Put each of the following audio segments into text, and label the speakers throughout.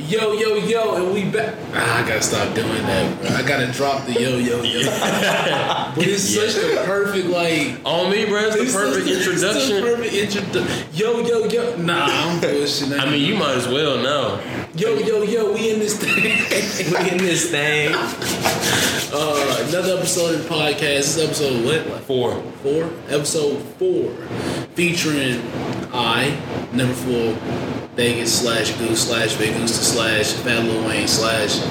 Speaker 1: Yo, yo, yo, and we back. Ah, I gotta stop doing that, bro. I gotta drop the yo, yo, yo. but it's such the perfect, like.
Speaker 2: On me, bro. It's the
Speaker 1: it's
Speaker 2: perfect
Speaker 1: the- it's the
Speaker 2: introduction.
Speaker 1: perfect introduction. Yo, yo, yo. Nah, I'm pushing that.
Speaker 2: I mean, you might as well now.
Speaker 1: Yo, yo, yo, we in this thing.
Speaker 3: Look at this thing.
Speaker 1: Uh, another episode of the podcast. This is episode what? Like
Speaker 2: Four.
Speaker 1: four? Episode four. Featuring I, number four, Vegas slash Goose slash Big Goose slash Fat Lil Wayne slash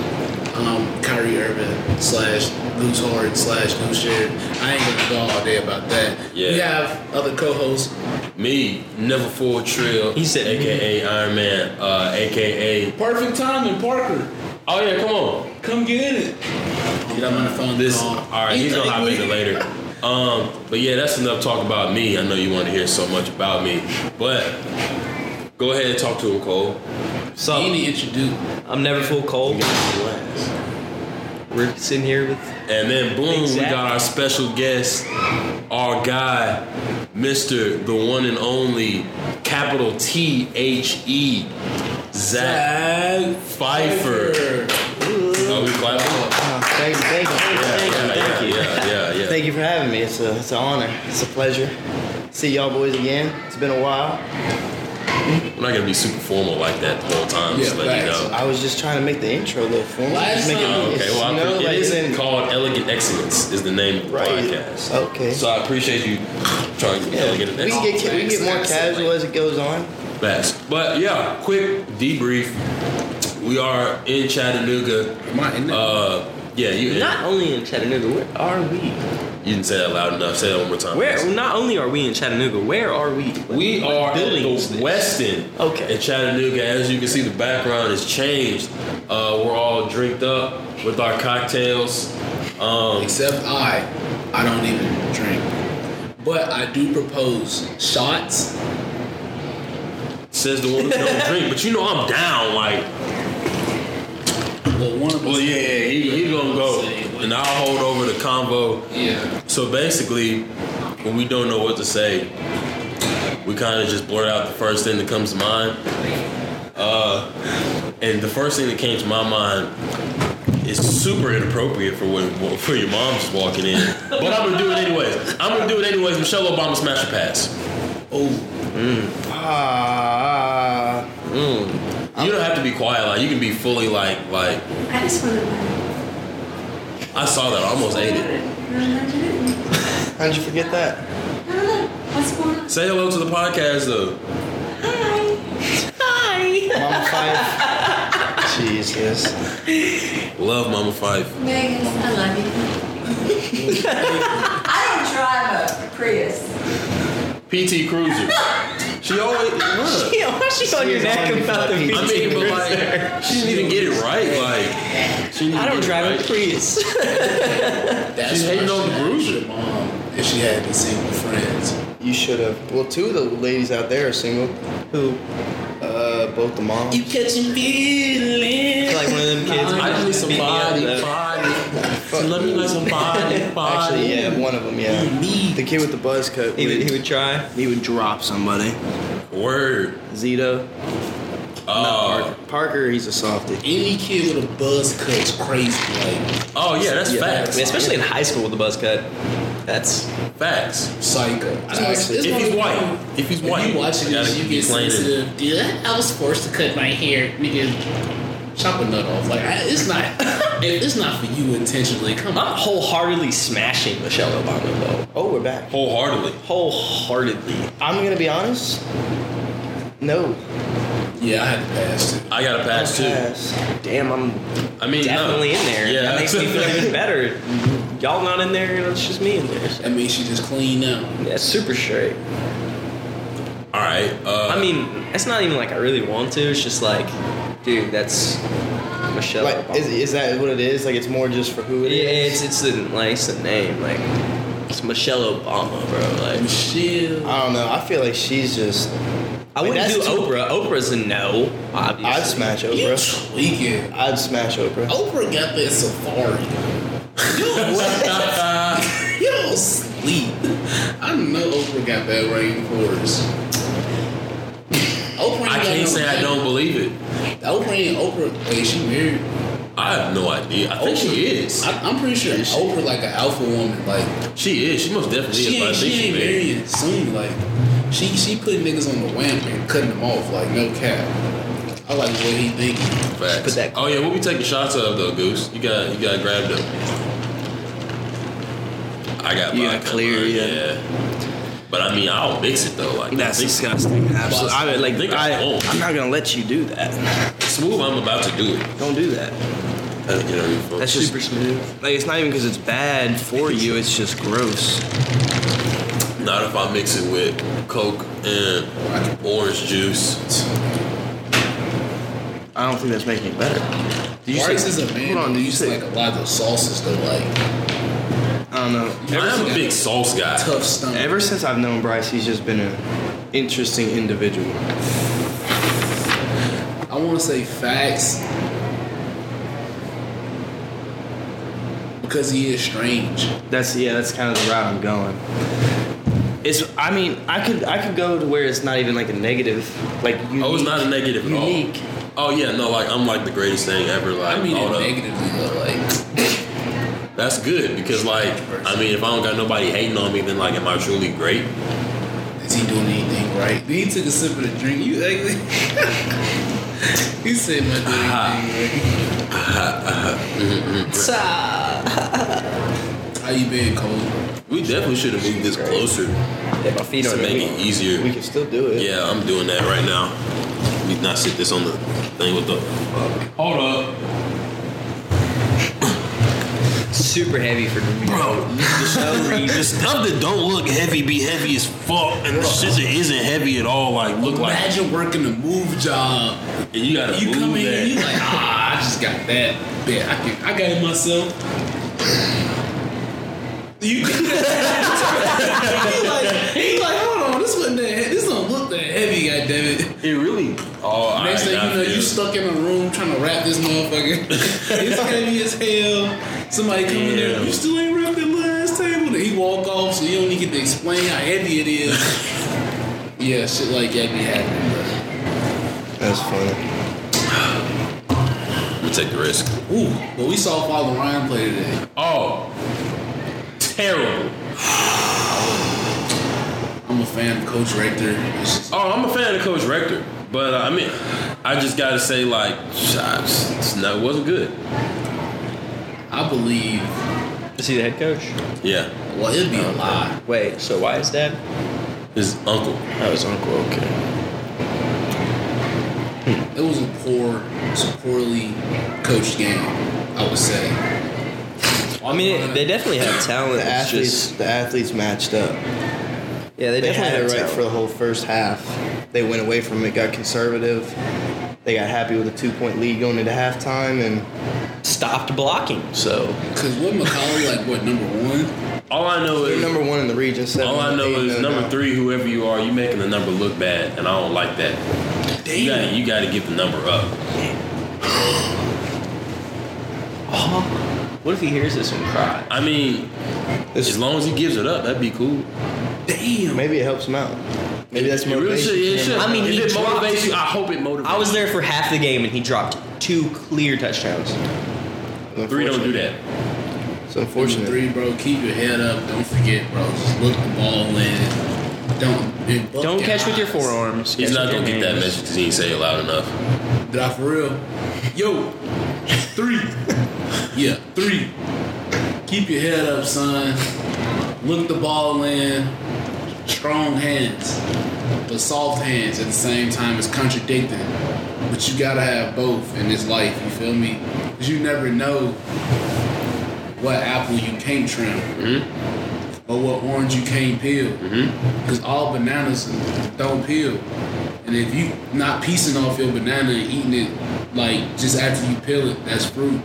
Speaker 1: um, Kyrie Irving slash Goose Hard slash Goose Shared. I ain't gonna go all day about that.
Speaker 2: Yeah.
Speaker 1: We have other co hosts.
Speaker 2: Me, never full trill.
Speaker 3: He said-
Speaker 2: AKA Iron Man, uh, AKA.
Speaker 1: Perfect timing, Parker.
Speaker 2: Oh, yeah, come on.
Speaker 1: Come get in it. Get on my phone.
Speaker 2: This,
Speaker 1: call.
Speaker 3: Oh,
Speaker 2: all right, he's gonna hop in later. Um, but yeah, that's enough talk about me. I know you want to hear so much about me, but go ahead and talk to him, Cole.
Speaker 3: So
Speaker 1: You need to introduce.
Speaker 3: I'm never full cold. We're sitting here with
Speaker 2: And then boom, we
Speaker 3: Exactly.
Speaker 2: got our special guest, our guy, Mr. the one and only capital T H E Zach
Speaker 1: Zach
Speaker 2: Pfeiffer. Are we clapping?
Speaker 4: thank you, thank you.
Speaker 3: Thank you,
Speaker 2: Yeah, yeah,
Speaker 3: thank you.
Speaker 2: yeah, yeah, yeah.
Speaker 4: Thank you for having me. It's a, it's an honor. It's a pleasure. See y'all boys again. It's been a while.
Speaker 2: I'm not gonna be super formal like that the whole time. just
Speaker 1: Yeah,
Speaker 2: let you
Speaker 1: facts.
Speaker 2: know.
Speaker 4: I was just trying to make the intro a little formal.
Speaker 1: Last
Speaker 4: Just make
Speaker 1: time-
Speaker 2: Oh, okay, well, I
Speaker 4: you know,
Speaker 2: appre-
Speaker 4: like,
Speaker 2: it
Speaker 4: isn't-
Speaker 2: is called Elegant Excellence is the name of the
Speaker 4: Right.
Speaker 2: podcast.
Speaker 4: Okay.
Speaker 2: So I appreciate you trying to be
Speaker 4: yeah,
Speaker 2: elegant.
Speaker 4: we, can get, ca- we can get more
Speaker 1: Excellent.
Speaker 4: casual as it goes on.
Speaker 2: fast. But yeah, quick debrief. We are in Chattanooga.
Speaker 1: Am I in there?
Speaker 2: Uh, yeah, you
Speaker 3: not only in Chattanooga, where are we?
Speaker 2: you didn't say that loud enough. Say that one more time.
Speaker 3: Where not only are we in Chattanooga, where are we?
Speaker 2: We are at
Speaker 3: building is
Speaker 2: the
Speaker 3: this?
Speaker 2: Westin
Speaker 4: Okay.
Speaker 2: in Chattanooga. As you can see, the background has changed. Uh, we're all drinked up with our cocktails. Um,
Speaker 1: Except I, I don't even drink. But I do propose shots.
Speaker 2: says the one who don't drink, but you know I'm down. Like
Speaker 1: Well, one of us.
Speaker 2: Well, yeah, yeah, he, he gonna go, and I'll hold over the combo.
Speaker 1: Yeah.
Speaker 2: So basically, when we don't know what to say, we kind of just blurt out the first thing that comes to mind. Uh, and the first thing that came to my mind is super inappropriate for when for your mom's walking in, but I'm gonna do it anyways. I'm gonna do it anyways. Michelle Obama smash a pass.
Speaker 1: Oh,
Speaker 4: Ah,
Speaker 2: You don't have to be quiet. Like you can be fully like like
Speaker 5: I just want to know.
Speaker 2: I saw that. I almost ate it.
Speaker 5: it.
Speaker 4: how'd you forget that?
Speaker 5: What's going on?
Speaker 2: Say hello to the podcast though.
Speaker 5: Hi. Hi.
Speaker 4: Mama Fife. Jesus.
Speaker 2: Love Mama Fife.
Speaker 5: Megan, I love you. I don't drive a Prius.
Speaker 2: PT Cruiser. She always look.
Speaker 3: Yeah, why she on your
Speaker 4: is
Speaker 3: neck
Speaker 4: on
Speaker 3: about the
Speaker 4: the
Speaker 3: beach?
Speaker 2: I mean, but like she didn't even get it right. Like she didn't
Speaker 3: I don't
Speaker 2: get it
Speaker 3: drive a
Speaker 2: right.
Speaker 3: Prius.
Speaker 1: that's
Speaker 2: She's hating
Speaker 1: why
Speaker 2: on
Speaker 1: she
Speaker 2: the
Speaker 1: had
Speaker 2: bruiser.
Speaker 1: your Mom, if she had any single friends.
Speaker 4: You should have. Well, two of the ladies out there are single. Who? Uh, both the moms.
Speaker 1: catching feelings.
Speaker 3: like one of them kids.
Speaker 2: I just need some
Speaker 3: beat me up,
Speaker 2: body,
Speaker 3: though.
Speaker 2: body. She love me like some body, body.
Speaker 4: Actually, yeah, one of them, yeah. The kid with the buzz cut.
Speaker 3: He would, he would try.
Speaker 4: he would drop somebody.
Speaker 2: Word.
Speaker 4: Zito.
Speaker 2: Oh,
Speaker 4: Parker, he's a softie.
Speaker 1: Any kid with a buzz cut's crazy. Like,
Speaker 2: oh yeah, that's
Speaker 4: Yeah.
Speaker 3: I
Speaker 2: facts.
Speaker 3: mean, especially in high school with the buzz cut. That's
Speaker 2: Facts.
Speaker 1: psycho. I know it's- it's
Speaker 2: If he's
Speaker 1: one-
Speaker 2: white, if he's white,
Speaker 1: When you watch
Speaker 2: I
Speaker 1: it,
Speaker 2: gotta
Speaker 1: you
Speaker 2: be
Speaker 1: get
Speaker 2: plain and-
Speaker 1: sensitive. Dude, I was forced to cut my hair. Nigga, chop a nut off. Like, I, it's not. if it's not for you intentionally, come
Speaker 3: I'm
Speaker 1: on.
Speaker 3: wholeheartedly smashing Michelle Obama though.
Speaker 4: Oh, we're back.
Speaker 2: Wholeheartedly.
Speaker 3: Wholeheartedly.
Speaker 4: I'm gonna be honest. No.
Speaker 1: Yeah, I had to pass it.
Speaker 2: I got a pass too.
Speaker 4: Pass. Damn, I'm.
Speaker 2: I mean, no.
Speaker 3: Definitely in there.
Speaker 2: Yeah,
Speaker 3: That makes me feel even better. Y'all not in there, and it's just me in there. So.
Speaker 1: That means she just clean now.
Speaker 3: Yeah, super straight.
Speaker 2: All right. Uh,
Speaker 3: I mean, it's not even like I really want to. It's just like, dude, that's Michelle.
Speaker 4: Like,
Speaker 3: Obama.
Speaker 4: is, is that what it is? Like, it's more just for who it
Speaker 3: yeah,
Speaker 4: is.
Speaker 3: it's it's the like it's the name like it's Michelle Obama, bro. Like
Speaker 1: Michelle.
Speaker 4: I don't know. I feel like she's just.
Speaker 3: I
Speaker 4: mean,
Speaker 3: wouldn't do
Speaker 4: that's too-
Speaker 3: Oprah. Oprah's a no, obviously.
Speaker 4: I'd smash
Speaker 1: You
Speaker 4: Oprah.
Speaker 1: tweaking.
Speaker 4: I'd smash Oprah.
Speaker 1: Oprah got that safari. You don't, you don't sleep. I know Oprah got that rainforest. Oprah ain't
Speaker 2: I
Speaker 1: got
Speaker 2: can't
Speaker 1: no
Speaker 2: say I
Speaker 1: money.
Speaker 2: don't believe it.
Speaker 1: Oprah ain't Oprah. Wait, she married.
Speaker 2: I have no idea. I think she is.
Speaker 1: I, I'm pretty sure Oprah like an alpha woman. Like
Speaker 2: She is. She most definitely
Speaker 1: she
Speaker 2: is. But I
Speaker 1: ain't,
Speaker 2: think
Speaker 1: she
Speaker 2: she
Speaker 1: ain't
Speaker 2: married.
Speaker 1: marrying soon. Like she she put niggas on the wamp and cutting them off. Like no cap. I like what he thinking.
Speaker 2: Facts.
Speaker 3: Put that-
Speaker 2: oh yeah, we'll be taking shots of though, Goose. You got you got grabbed up. I got
Speaker 4: You got
Speaker 2: vodka,
Speaker 4: clear,
Speaker 2: but,
Speaker 4: yeah.
Speaker 2: But I mean, I don't mix it though. Like
Speaker 4: That's
Speaker 2: I think
Speaker 4: disgusting. Absolutely. I would, like,
Speaker 2: I think I
Speaker 4: I,
Speaker 3: Oh.
Speaker 2: won't.
Speaker 4: I'm not gonna let you do that.
Speaker 2: smooth. I'm about to do it.
Speaker 4: Don't do that.
Speaker 2: Gotta get on your phone.
Speaker 4: That's just
Speaker 3: Super smooth.
Speaker 4: like it's not even because it's bad for you. It's just gross.
Speaker 2: Not if I mix it with Coke and orange juice.
Speaker 4: I don't think that's making it better. Did
Speaker 1: Rice
Speaker 4: say-
Speaker 1: is a man.
Speaker 4: Hold on.
Speaker 1: who
Speaker 4: Did you
Speaker 1: used
Speaker 4: say?
Speaker 1: like a lot of sauces though. Like
Speaker 4: I don't know.
Speaker 2: I am a
Speaker 1: since-
Speaker 2: big sauce guy.
Speaker 1: tough stomach.
Speaker 4: Ever since I've known Bryce, he's just been an interesting individual.
Speaker 1: I want to say facts because he is strange.
Speaker 4: That's yeah. That's kind of the route I'm going. It's. I mean, I could. I could go to where it's not even like a negative. Like unique.
Speaker 2: Oh, it's not a negative at all.
Speaker 4: Unique.
Speaker 2: Oh yeah, no, like I'm like the greatest thing ever. Like
Speaker 1: I mean it
Speaker 2: hold up.
Speaker 1: negatively though. Like
Speaker 2: That's good because like I mean, if I don't got nobody hating on me, then like am I truly great?
Speaker 1: is he doing anything right? Then he took a sip of the drink. You ugly. he said my
Speaker 2: Uh-huh.
Speaker 1: anything right. How you been, Cole?
Speaker 2: We definitely should have moved this closer to
Speaker 3: Yeah, my feet on
Speaker 2: make
Speaker 3: it.
Speaker 2: it easier.
Speaker 4: can still do it.
Speaker 2: Yeah, I'm doing that right now. We not sit this on the thing with the. Hold up,
Speaker 3: Super heavy for me.
Speaker 2: No reason. The stuff that don't look heavy be heavy as fuck, and the shit that isn't heavy at all like look like.
Speaker 1: Imagine working a move job.
Speaker 2: And you gotta
Speaker 1: You
Speaker 2: move
Speaker 1: come in
Speaker 2: that.
Speaker 1: here, you like, ah, I just got that. Bet I can, I got it myself. You, you like, you like, hold on, this wasn't that. he- This don't look that heavy, goddammit.
Speaker 2: it really. Oh, I,
Speaker 1: Next thing
Speaker 2: I
Speaker 1: you know, you
Speaker 2: feel-
Speaker 1: stuck in a room trying to wrap this motherfucker. it's heavy as hell. Somebody come in there,
Speaker 2: Damn.
Speaker 1: you still ain't wrapped that last table. Then he walk off, so you don't even get to explain how heavy it is. yeah, shit like that be happening.
Speaker 4: That's funny.
Speaker 2: I'm gonna take the risk.
Speaker 1: bro. Ooh, but we saw Father Ryan play today.
Speaker 2: Oh, terrible.
Speaker 1: I'm a fan of Coach Rector. It's just-
Speaker 2: Oh, I'm a fan of Coach Rector, but uh, I mean, I just gotta say, like, shots. It's not, it wasn't good.
Speaker 1: I believe.
Speaker 3: Is he the head coach?
Speaker 2: Yeah,
Speaker 1: Well, it'd be a lie.
Speaker 3: Wait, so why is dad?
Speaker 2: his uncle.
Speaker 4: That was uncle. Okay.
Speaker 1: It was a poor, it was a poorly coached game. I would say.
Speaker 3: I mean, they definitely have talent.
Speaker 4: The
Speaker 3: It's
Speaker 4: athletes.
Speaker 3: just
Speaker 4: the athletes matched up.
Speaker 3: yeah, they,
Speaker 4: They had it right
Speaker 3: definitely have
Speaker 4: for the whole
Speaker 3: talent.
Speaker 4: first half. They went away from it. Got conservative. They got happy with a two-point lead going into halftime, and
Speaker 3: stopped blocking.
Speaker 4: so
Speaker 1: Cause what McCollum like what number one?
Speaker 2: All I know
Speaker 4: they're
Speaker 2: is,
Speaker 4: number one in the region. Seven,
Speaker 2: all I know
Speaker 4: eight,
Speaker 2: is
Speaker 4: no
Speaker 2: number
Speaker 4: doubt.
Speaker 2: three. Whoever you are, you making the number look bad, and I don't like that. You gotta, you gotta give the number up.
Speaker 3: Oh, what if he hears this and cry?
Speaker 2: I mean,
Speaker 4: This-
Speaker 2: as long as he gives it up, that'd be cool.
Speaker 1: Damn.
Speaker 4: Maybe it helps him out. Maybe that's
Speaker 2: It really
Speaker 4: motivation.
Speaker 2: should. It
Speaker 4: for him.
Speaker 2: should.
Speaker 3: I mean,
Speaker 2: if
Speaker 3: he
Speaker 2: it
Speaker 3: dropped-
Speaker 2: motivates you, I hope it motivates.
Speaker 3: I was there for half the game and he dropped two clear touchdowns.
Speaker 2: you. Three don't do that.
Speaker 4: It's
Speaker 1: Number
Speaker 4: unfortunate.
Speaker 1: three, bro. Keep your head up. Don't forget, bro. Just look the ball in. Don't. and buck
Speaker 3: Don't
Speaker 1: your
Speaker 3: catch with your
Speaker 1: eyes.
Speaker 3: forearms.
Speaker 2: He's
Speaker 3: catch
Speaker 2: not
Speaker 3: with
Speaker 2: gonna
Speaker 3: your
Speaker 2: get that
Speaker 3: hands.
Speaker 2: message because he ain't say it loud enough.
Speaker 1: Did I for real? Yo, three. Yeah, three. Keep your head up, son. Look the ball in. Strong hands, but soft hands at the same time is contradicting. But you gotta have both in this life. You feel me? Cause you never know what apple you can't trim, or what orange you can't peel. Cause all bananas don't peel. And if you not piecing off your banana and eating it like just after you peel it, that's fruit.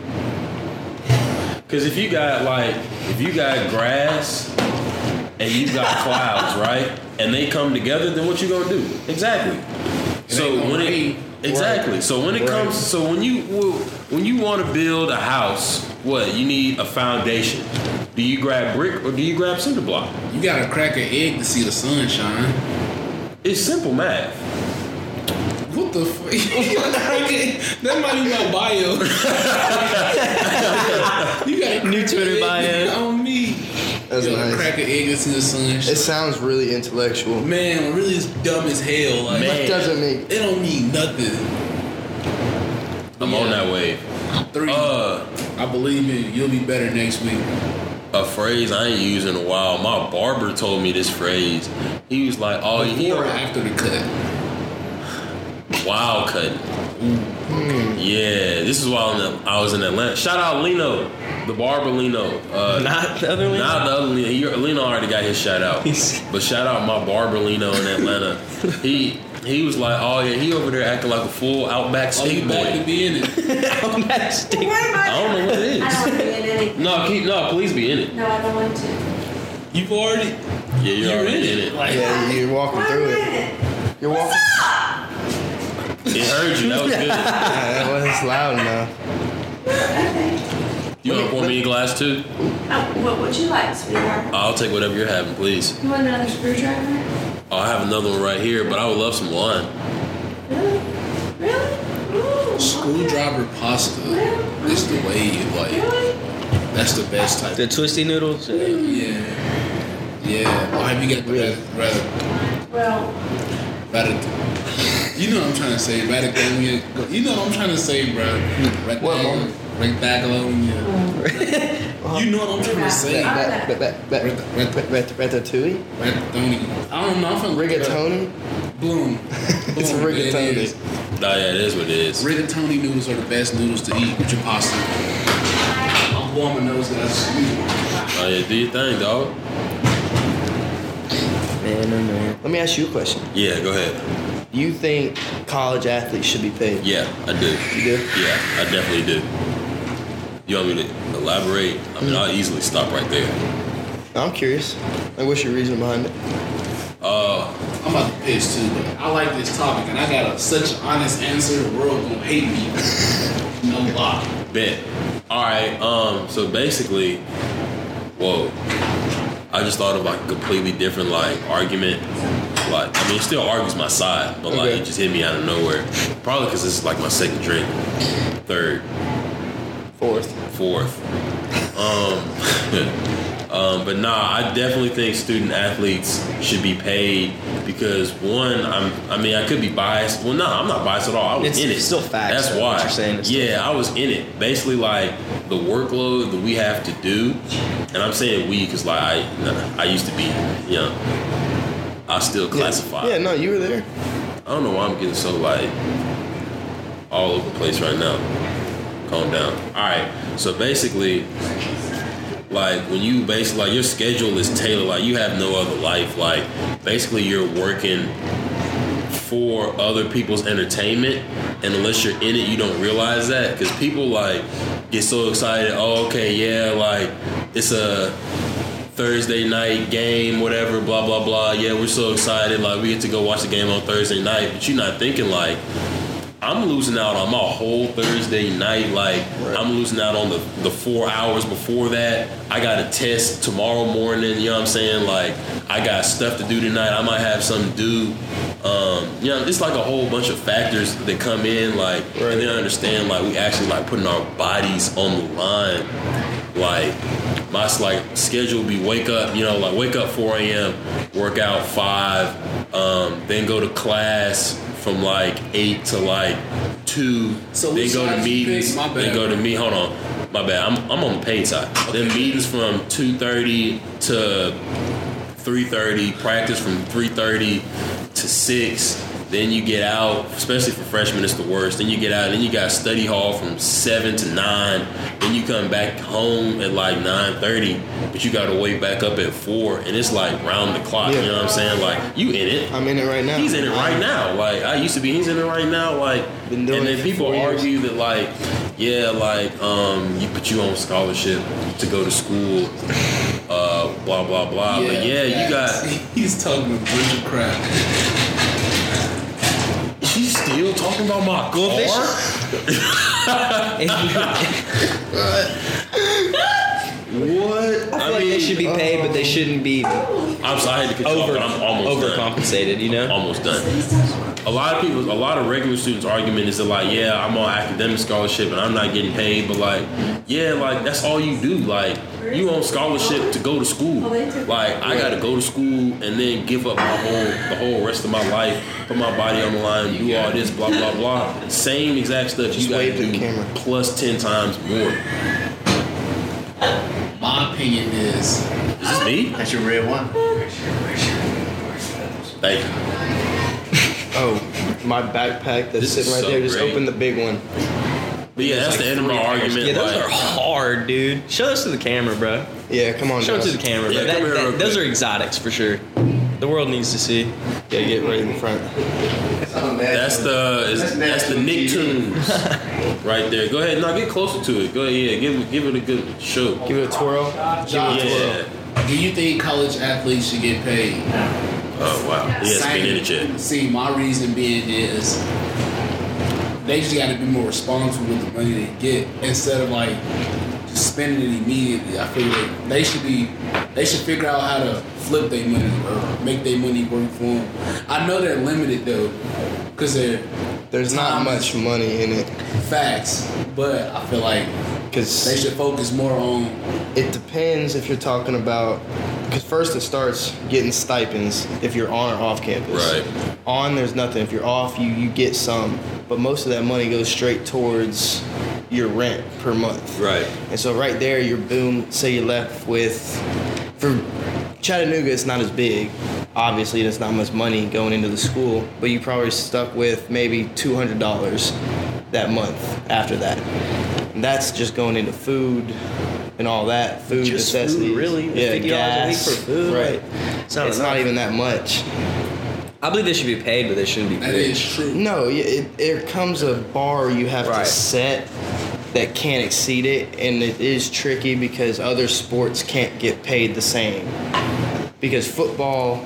Speaker 2: Cause if you got like if you got grass and you got clouds, right? And they come together, then what you gonna do? Exactly. so
Speaker 1: ain't gonna
Speaker 2: when it
Speaker 1: rain.
Speaker 2: exactly.
Speaker 4: Right.
Speaker 2: So when it
Speaker 4: Right.
Speaker 2: comes, so when you when you want to build a house, what you need a foundation. Do you grab brick or do you grab cinder block?
Speaker 1: You gotta crack an egg to see the sun shine.
Speaker 2: It's simple math.
Speaker 1: What What the fuck? that might be my bio. you got a
Speaker 3: New
Speaker 1: crack
Speaker 3: Twitter
Speaker 1: egg
Speaker 3: bio.
Speaker 1: on me.
Speaker 6: That's
Speaker 1: you
Speaker 6: nice.
Speaker 1: Crack an egg into the sun.
Speaker 6: It sounds really intellectual.
Speaker 1: Man, I'm really dumb as hell. Like,
Speaker 2: Man.
Speaker 6: That doesn't make.
Speaker 1: it don't mean nothing.
Speaker 2: I'm on that wave.
Speaker 1: Three.
Speaker 2: Uh,
Speaker 1: I believe it. You'll be better next week.
Speaker 2: a phrase I ain't used in a while. My barber told me this phrase. He was like, "Oh, you
Speaker 1: Before or after the cut.
Speaker 2: wild cut." Mm-hmm. Yeah, this is why I'm in- I was in Atlanta. Shout out Lino, the barber Lino. Uh,
Speaker 3: Not the other one.
Speaker 2: Nah, the other Lino, you- Lino already got his shout out.
Speaker 3: He's-
Speaker 2: But shout out my barber Lino in Atlanta. he he was like, oh yeah, he over there acting like a full outback
Speaker 1: I'll be
Speaker 2: steak
Speaker 1: back to
Speaker 2: boy.
Speaker 1: be in it.
Speaker 5: Wait, wait, wait.
Speaker 2: I don't know what it
Speaker 5: I
Speaker 2: is.
Speaker 5: don't want to be in anything.
Speaker 2: No, keep, no, please be in it.
Speaker 5: No, I don't want to.
Speaker 1: You've already.
Speaker 2: Yeah, you're,
Speaker 1: You're
Speaker 2: already in
Speaker 1: in
Speaker 2: it.
Speaker 1: it. Like,
Speaker 6: Yeah, you're walking
Speaker 5: Why
Speaker 6: through
Speaker 5: am I
Speaker 6: it.
Speaker 5: in it?
Speaker 6: You're walking.
Speaker 2: It heard you. That was good.
Speaker 6: Yeah, that wasn't loud enough.
Speaker 5: Okay.
Speaker 2: You want to pour me a glass too?
Speaker 5: Oh, what would you like, sweetheart?
Speaker 2: I'll take whatever you're having, please.
Speaker 5: You want another screwdriver?
Speaker 2: I'll have another one right here, but I would love some wine.
Speaker 5: Really? Really? Ooh, okay.
Speaker 1: Screwdriver pasta is the wave. Like,
Speaker 5: Really?
Speaker 1: that's the best type.
Speaker 3: The twisty noodles. uh,
Speaker 1: Yeah. Yeah. Why have you got the rather,
Speaker 5: Well,
Speaker 1: rather, rather You know what I'm trying to say, Radicalian. You know what I'm trying to say, bro.
Speaker 6: What, mom?
Speaker 1: Radicalian. You know what I'm trying to say.
Speaker 5: Yeah.
Speaker 6: Rat- rat- rat- rat- rat- rat- rat- rat- Ratatouille?
Speaker 1: Radicalian. I don't know. I'm from
Speaker 6: Rigatoni?
Speaker 1: Bloom.
Speaker 6: It's
Speaker 1: Bloom,
Speaker 6: rigatoni.
Speaker 1: it is.
Speaker 2: Nah, yeah, it is what it is.
Speaker 1: Rigatoni noodles are the best noodles to eat with your pasta. I'm blowing my nose, guys.
Speaker 2: Oh yeah, do your thing, dog.
Speaker 3: Man, oh man.
Speaker 6: Let me ask you a question.
Speaker 2: Yeah, go ahead.
Speaker 6: You think college athletes should be paid?
Speaker 2: Yeah, I do.
Speaker 6: You do?
Speaker 2: Yeah, I definitely do. You want me to elaborate? I mean, I'll easily stop right there.
Speaker 6: I'm curious. Like, what's your reason behind it?
Speaker 2: Uh,
Speaker 1: I'm about to piss too, but I like this topic and I got a, such an honest answer. The world gonna hate me. No lie.
Speaker 2: bet. All right. Um. So basically, whoa. I just thought of like a completely different like argument. Like, I mean, it still argues my side, but like
Speaker 6: Okay.
Speaker 2: it just hit me out of nowhere. Probably because this is like my second drink, third.
Speaker 6: Fourth.
Speaker 2: fourth. Um, um, but nah, I definitely think student athletes should be paid because one, I'm, I mean, I could be biased. Well, nah, I'm not biased at all. I was
Speaker 3: It's
Speaker 2: in it.
Speaker 3: still facts,
Speaker 2: That's
Speaker 3: though,
Speaker 2: why.
Speaker 3: what you're saying. It's still
Speaker 2: yeah, I was in it. Basically, like the workload that we have to do, and I'm saying we because like I, nah, I used to be young. I still classify.
Speaker 6: Yeah, no, you were there.
Speaker 2: I don't know why I'm getting so like all over the place right now. Calm down. All right. So basically, like when you basically like your schedule is tailored, like you have no other life. Like basically you're working for other people's entertainment, and unless you're in it, you don't realize that because people like get so excited. Oh, okay, yeah, like it's a Thursday night game, whatever, blah blah blah. Yeah, we're so excited, like we get to go watch the game on Thursday night, but you're not thinking like I'm losing out on my whole Thursday night. Like I'm losing out on the, the four hours before that. I got a test tomorrow morning. You know what I'm saying? Like I got stuff to do tonight. I might have something to do. Um, you know, it's like a whole bunch of factors that come in. Like and then I understand like we actually like putting our bodies on the line. Like my s- like schedule be wake up. You know, like wake up 4 a.m. Work out five. Um, then go to class from like eight to like two.
Speaker 1: So
Speaker 2: they
Speaker 1: which
Speaker 2: go
Speaker 1: side
Speaker 2: to
Speaker 1: you pick?
Speaker 2: meetings.
Speaker 1: My bad.
Speaker 2: They go to me. Hold on, my bad. I'm, I'm on the paid side. Then meetings from two thirty to three thirty. Practice from three thirty to six. Then you get out, especially for freshmen, it's the worst. Then you get out, then you got study hall from seven to nine. Then you come back home at like nine thirty, but you got to wake back up at four, and it's like round the clock.
Speaker 6: Yeah.
Speaker 2: You know what I'm saying? Like you in it,
Speaker 6: I'm in it right now.
Speaker 2: He's in it right now. Like I used to be, he's in it right now. Like
Speaker 6: Been
Speaker 2: and
Speaker 6: doing it
Speaker 2: then
Speaker 6: for
Speaker 2: people
Speaker 6: four years.
Speaker 2: argue that like, yeah, like um, you put you on scholarship to go to school, uh, blah blah blah. but yeah, you got.
Speaker 1: facts. He's talking a bunch of crap.
Speaker 2: She's still talking about my car.
Speaker 3: If you-
Speaker 2: What? I mean,
Speaker 3: they should be paid, but they shouldn't be
Speaker 2: I'm sorry, I had to cut you off,
Speaker 3: over
Speaker 2: but I'm almost done.
Speaker 3: overcompensated. You know.
Speaker 2: Almost done. A lot of people, a lot of regular students' argument is that like, yeah, I'm on academic scholarship and I'm not getting paid, but like, yeah, like that's all you do. Like, you on scholarship to go to school. Like, I gotta go to school and then give up my whole, the whole rest of my life, put my body on the line, do all this, blah blah blah. Same exact stuff
Speaker 6: Just
Speaker 2: you gotta
Speaker 6: wave to the
Speaker 2: do,
Speaker 6: camera.
Speaker 2: plus ten times more.
Speaker 1: My opinion is
Speaker 2: Is this me?
Speaker 7: That's your red one.
Speaker 2: Thank you.
Speaker 6: Oh, my backpack that's
Speaker 2: This
Speaker 6: sitting
Speaker 2: is
Speaker 6: right
Speaker 2: so
Speaker 6: there. Just
Speaker 2: great.
Speaker 6: open the big one.
Speaker 2: But yeah, that's the end of my argument.
Speaker 3: Yeah, those
Speaker 2: like,
Speaker 3: are hard, dude. Show those to the camera, bro.
Speaker 6: Yeah, come on.
Speaker 3: Show it
Speaker 6: guys.
Speaker 3: to the camera,
Speaker 2: Yeah,
Speaker 3: bro.
Speaker 2: come
Speaker 3: That-
Speaker 2: here
Speaker 3: that-
Speaker 2: real quick.
Speaker 3: those are exotics for sure. The world needs to see.
Speaker 6: Yeah, get right in the front.
Speaker 2: That's the is, that's, the Nicktoons right there. Go ahead, now get closer to it. Go ahead, yeah, give it- give it a good show.
Speaker 6: Give it a twirl.
Speaker 2: yeah.
Speaker 1: Do you think college athletes should get paid?
Speaker 2: Oh wow. He has been in the chat.
Speaker 1: See, my reason being is they just got to be more responsible with the money they get instead of like just spending it immediately. I feel like they should be, they should figure out how to flip their money or make their money work for them. I know they're limited though, because they're
Speaker 6: There's not much money in it
Speaker 1: facts, but I feel like they
Speaker 6: because
Speaker 1: should focus more on
Speaker 6: it depends if you're talking about. Because first it starts getting stipends if you're on or off campus.
Speaker 2: Right.
Speaker 6: On there's nothing. If you're off, you you get some, but most of that money goes straight towards your rent per month.
Speaker 2: Right.
Speaker 6: And so right there, you're boom. Say you're left with for Chattanooga, it's not as big. Obviously, there's not much money going into the school, but you probably stuck with maybe two hundred dollars that month after that. And that's just going into food and all that food
Speaker 3: Just food,
Speaker 6: necessities.
Speaker 3: really?
Speaker 6: Yeah,
Speaker 3: $50 a week
Speaker 6: gas.
Speaker 3: for food?
Speaker 6: Right.
Speaker 3: It's not
Speaker 6: it's
Speaker 3: enough.
Speaker 6: not even that much.
Speaker 3: I believe they should be paid, but they shouldn't be
Speaker 1: that
Speaker 3: paid.
Speaker 1: is true.
Speaker 6: No, y- it, it comes a bar you have to
Speaker 3: Right.
Speaker 6: set that can't exceed it, and it is tricky because other sports can't get paid the same. Because football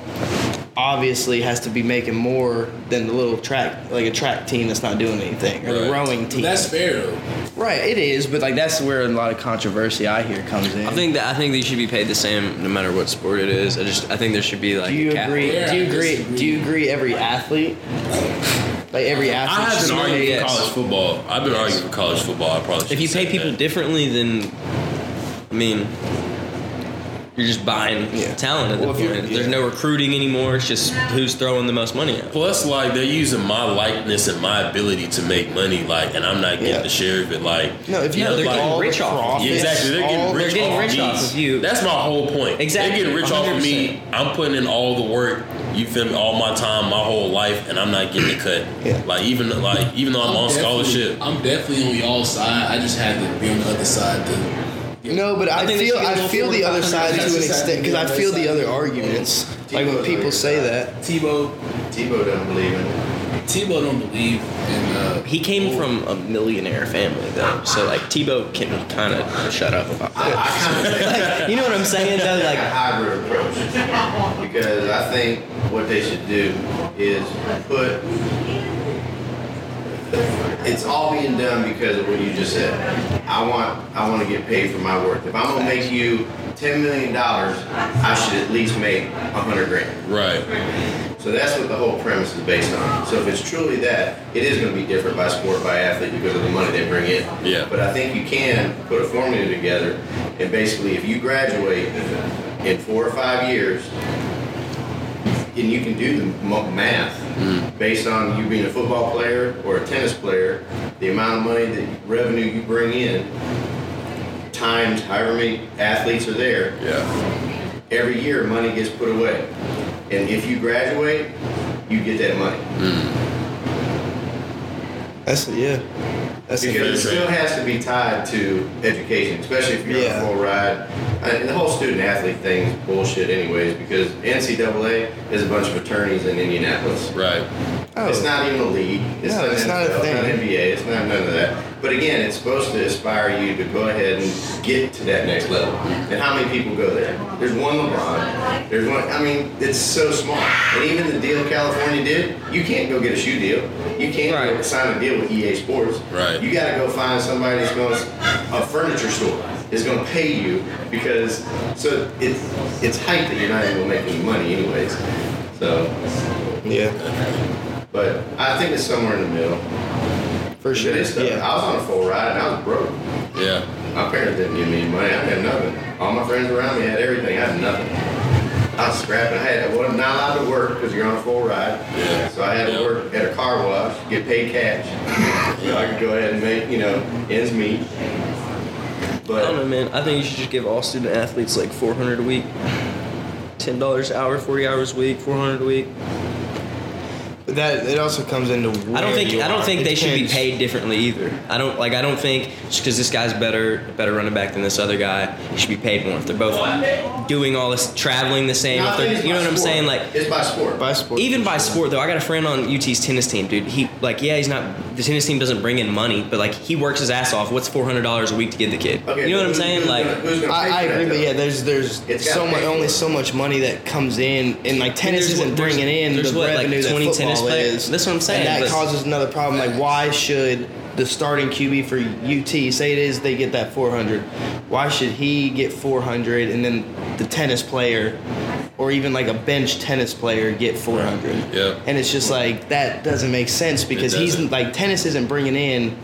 Speaker 6: obviously has to be making more than the little track, like a track team that's not doing anything, or the
Speaker 2: Right.
Speaker 6: rowing team.
Speaker 1: That's fair though.
Speaker 6: right, it is, but like that's where a lot of controversy I hear comes in.
Speaker 3: I think that I think they should be paid the same no matter what sport it is. I just I think there should be like
Speaker 6: Do you
Speaker 3: a cap.
Speaker 6: agree? Do you
Speaker 1: Yeah, I
Speaker 6: agree?
Speaker 1: disagree.
Speaker 6: Do you agree? Every athlete, like every athlete,
Speaker 2: I have
Speaker 6: should
Speaker 2: been
Speaker 6: be
Speaker 2: arguing
Speaker 6: paid-
Speaker 2: for college football. I've been arguing for college football. I probably
Speaker 3: If you
Speaker 2: should've
Speaker 3: pay
Speaker 2: said
Speaker 3: people
Speaker 2: that.
Speaker 3: differently, then I mean, you're just buying
Speaker 6: Yeah.
Speaker 3: talent at
Speaker 6: Well, if
Speaker 3: that
Speaker 6: you're-
Speaker 3: point.
Speaker 6: yeah. Uh,
Speaker 3: There's no recruiting anymore. It's just who's throwing the most money out.
Speaker 2: Plus, like they're using my likeness and my ability to make money, like, and I'm not getting
Speaker 6: Yeah.
Speaker 2: the share of it. Like,
Speaker 6: No, if you
Speaker 3: No,
Speaker 6: look
Speaker 2: they're
Speaker 6: at
Speaker 2: getting
Speaker 6: all the
Speaker 3: rich off of
Speaker 6: profits,
Speaker 2: Yeah, exactly. They're getting
Speaker 6: all-
Speaker 2: rich,
Speaker 3: getting
Speaker 2: off,
Speaker 3: rich
Speaker 2: me.
Speaker 3: off of you.
Speaker 2: That's my whole point.
Speaker 3: Exactly,
Speaker 2: They're getting rich off of me. I'm putting in all the work. You feel me? All my time, my whole life, and I'm not getting a cut.
Speaker 6: Yeah.
Speaker 2: Like even like even though I'm,
Speaker 3: Oh,
Speaker 2: on
Speaker 1: definitely-
Speaker 2: scholarship,
Speaker 1: I'm definitely on y'all's side. I just had to be on the other side to
Speaker 6: No, but I,
Speaker 3: think they
Speaker 6: feel
Speaker 3: should be
Speaker 6: I
Speaker 3: able
Speaker 6: feel
Speaker 3: to
Speaker 6: the other
Speaker 1: afford
Speaker 6: side to an
Speaker 1: $500
Speaker 6: extent because I feel the other arguments. Like when people say that,
Speaker 1: Tebow.
Speaker 7: Tebow doesn't believe in it.
Speaker 1: Tebow don't believe in. Uh,
Speaker 3: He came from a millionaire family though, so like Tebow can kind of shut up about that.
Speaker 7: I kind of think
Speaker 3: You know what I'm saying though?
Speaker 7: a
Speaker 3: Like
Speaker 7: hybrid approach because I think what they should do is put. It's all being done because of what you just said. I want I want to get paid for my work. If I'm gonna make you ten million dollars, I should at least make a hundred grand.
Speaker 2: right?
Speaker 7: So that's what the whole premise is based on. So if it's truly that, it is going to be different by sport, by athlete because of the money they bring in.
Speaker 2: Yeah.
Speaker 7: But I think you can put a formula together, and basically, if you graduate in four or five years, and you can do the mo- math based on you being a football player or a tennis player, the amount of money that revenue you bring in times however many athletes are there
Speaker 2: Yeah.
Speaker 7: every year money gets put away. And if you graduate, you get that money.
Speaker 6: that's yeah, that's
Speaker 7: Because it
Speaker 2: fair
Speaker 7: still has to be tied to education, especially if you're
Speaker 6: Yeah.
Speaker 7: on a full ride. And the whole student athlete thing is bullshit, anyways, because NCAA is a bunch of attorneys in Indianapolis.
Speaker 2: Right.
Speaker 6: oh,
Speaker 7: It's not even a league. It's
Speaker 6: No,
Speaker 7: not
Speaker 6: it's not a
Speaker 7: NFL, it's not
Speaker 6: thing.
Speaker 7: NBA. It's not none of that. But again, it's supposed to inspire you to go ahead and get to that next level. And how many people go there? There's one LeBron. There's one. I mean, it's so small. And even the deal California did, you can't go get a shoe deal. You can't go
Speaker 3: Right.
Speaker 7: sign E a deal with EA Sports.
Speaker 2: Right.
Speaker 7: You got to go find somebody that's going to a furniture store is going to pay you because so it's it's hype that you're not even going to make any money anyways. So,
Speaker 6: Yeah,
Speaker 7: but I think it's somewhere in the middle.
Speaker 6: for sure.
Speaker 7: It is tough.
Speaker 6: Yeah,
Speaker 7: I was on a full ride and I was broke.
Speaker 2: Yeah.
Speaker 7: My parents didn't give me any money. I had nothing. All my friends around me had everything. I had nothing. I was scrapping. I had I wasn't not allowed to work because you're on a full ride.
Speaker 2: Yeah.
Speaker 7: So I had
Speaker 2: Yeah.
Speaker 7: to work at a car wash, get paid cash, so I could go ahead and make you know ends meet.
Speaker 3: I don't know,
Speaker 7: But
Speaker 3: man. I think you should just give all student athletes like 400 a week, ten dollars an hour, 40 hours a week, 400 a week.
Speaker 6: But that it also comes into.
Speaker 3: I don't
Speaker 6: where
Speaker 3: think
Speaker 6: you
Speaker 3: I don't
Speaker 6: are.
Speaker 3: think
Speaker 6: It
Speaker 3: they should be
Speaker 6: depends.
Speaker 3: paid differently either. I don't like I don't think just because this guy's better better running back than this other guy, he should be paid more if they're both doing all this traveling the same. If
Speaker 7: No, I think
Speaker 3: they're,
Speaker 7: it's
Speaker 3: you know
Speaker 7: by
Speaker 3: what I'm
Speaker 7: sport.
Speaker 3: saying? Like
Speaker 7: it's by sport.
Speaker 6: by sport.
Speaker 3: even by sport though, I got a friend on UT's tennis team, dude. He like yeah, he's not the tennis team doesn't bring in money, but like he works his ass off. What's four hundred dollars a week to give the kid?
Speaker 7: Okay,
Speaker 3: you know what I'm
Speaker 7: but who's-
Speaker 3: saying?
Speaker 7: who's
Speaker 3: Like
Speaker 7: gonna- who's gonna pay
Speaker 6: I, I
Speaker 7: for that,
Speaker 6: agree, but
Speaker 7: though?
Speaker 6: yeah, there's there's
Speaker 7: It's
Speaker 6: so
Speaker 7: gotta
Speaker 6: much
Speaker 7: pay for
Speaker 6: only
Speaker 7: it.
Speaker 6: so much money that comes in, and like tennis
Speaker 3: there's
Speaker 6: isn't
Speaker 3: what- there's-
Speaker 6: bringing in
Speaker 3: there's
Speaker 6: the
Speaker 3: what, like,
Speaker 6: revenue
Speaker 3: 20
Speaker 6: that
Speaker 3: tennis
Speaker 6: football
Speaker 3: players?
Speaker 6: is.
Speaker 3: That's what I'm saying,
Speaker 6: And
Speaker 3: but-
Speaker 6: that causes another problem. Like, why should the starting QB for UT say it is they get that 400? Why should he get 400 and then the tennis player, or even like a bench tennis player, get 400?
Speaker 2: Yeah.
Speaker 6: And it's just like that doesn't make sense because he's
Speaker 2: doesn't.
Speaker 6: like tennis isn't bringing in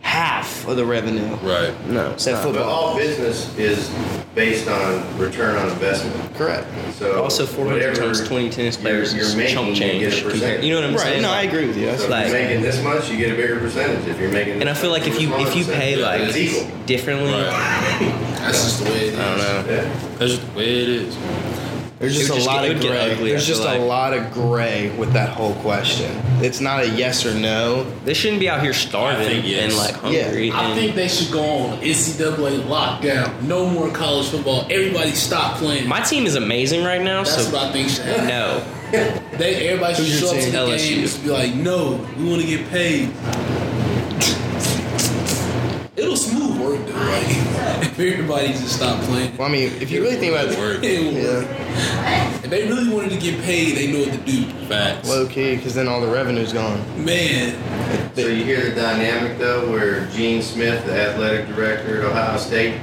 Speaker 6: half of the revenue.
Speaker 2: Right.
Speaker 6: No, except
Speaker 7: But
Speaker 6: football.
Speaker 7: all business is based on return on investment.
Speaker 6: Correct.
Speaker 7: So
Speaker 3: also four hundred
Speaker 7: whatever
Speaker 3: times twenty tennis
Speaker 7: you're-
Speaker 3: players
Speaker 7: you're
Speaker 3: is
Speaker 7: making,
Speaker 3: chump
Speaker 7: you get a
Speaker 3: change.
Speaker 7: percentage.
Speaker 3: you know what I'm
Speaker 6: Right.
Speaker 3: saying?
Speaker 6: No,
Speaker 3: Like,
Speaker 6: I agree with you. That's
Speaker 7: So
Speaker 3: Like-
Speaker 7: if you're making this much, you get a bigger percentage. If you're making,
Speaker 3: And I
Speaker 7: this
Speaker 3: feel
Speaker 7: much,
Speaker 3: like if
Speaker 7: it's
Speaker 3: you
Speaker 7: a
Speaker 3: if you
Speaker 7: smaller
Speaker 3: pay
Speaker 7: percentage.
Speaker 3: like
Speaker 7: it's equal.
Speaker 3: differently,
Speaker 2: Right.
Speaker 1: That's just the way it is.
Speaker 3: Uh.
Speaker 7: Yeah.
Speaker 2: That's just the way it is.
Speaker 6: There's just
Speaker 3: It
Speaker 6: a
Speaker 3: would just
Speaker 6: lot
Speaker 3: get- it
Speaker 6: of
Speaker 3: would get
Speaker 6: gray.
Speaker 3: ugly, I
Speaker 6: There's
Speaker 3: feel
Speaker 6: just
Speaker 3: like.
Speaker 6: a lot of gray with that whole question. It's not a yes or no.
Speaker 3: they shouldn't be out here starving
Speaker 2: I think yes.
Speaker 3: and like hungry.
Speaker 1: I
Speaker 3: and,
Speaker 1: think they should go on NCAA lockdown. No more college football. Everybody stop playing.
Speaker 3: My team is amazing right now,
Speaker 1: That's
Speaker 3: so
Speaker 1: what I think should happen.
Speaker 3: no.
Speaker 1: They everybody should
Speaker 6: Who's your
Speaker 1: show up to
Speaker 6: team?
Speaker 1: the
Speaker 3: LSU.
Speaker 1: games and be like, no, we want to get paid. It'll smooth work though, right? If everybody just stop playing.
Speaker 6: Well, I mean, if you really think about it,
Speaker 2: Word.
Speaker 1: It will work.
Speaker 6: yeah,
Speaker 1: If they really wanted to get paid, they know what to do.
Speaker 2: Facts.
Speaker 6: low key, because then all the revenue's gone.
Speaker 1: Man,
Speaker 7: So you hear the dynamic though, where Gene Smith, the athletic director at Ohio State,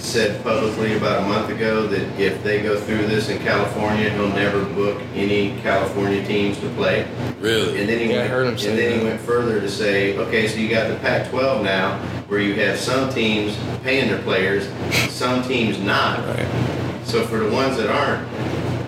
Speaker 7: said publicly about a month ago that if they go through this in California, he'll never book any California teams to play.
Speaker 2: Really.
Speaker 7: And then he
Speaker 6: Yeah, I
Speaker 7: went,
Speaker 6: heard him say
Speaker 7: and then
Speaker 6: that.
Speaker 7: he went further to say, okay, so you got the Pac-12 now, where you have some teams paying their players, some teams not. So for the ones that aren't,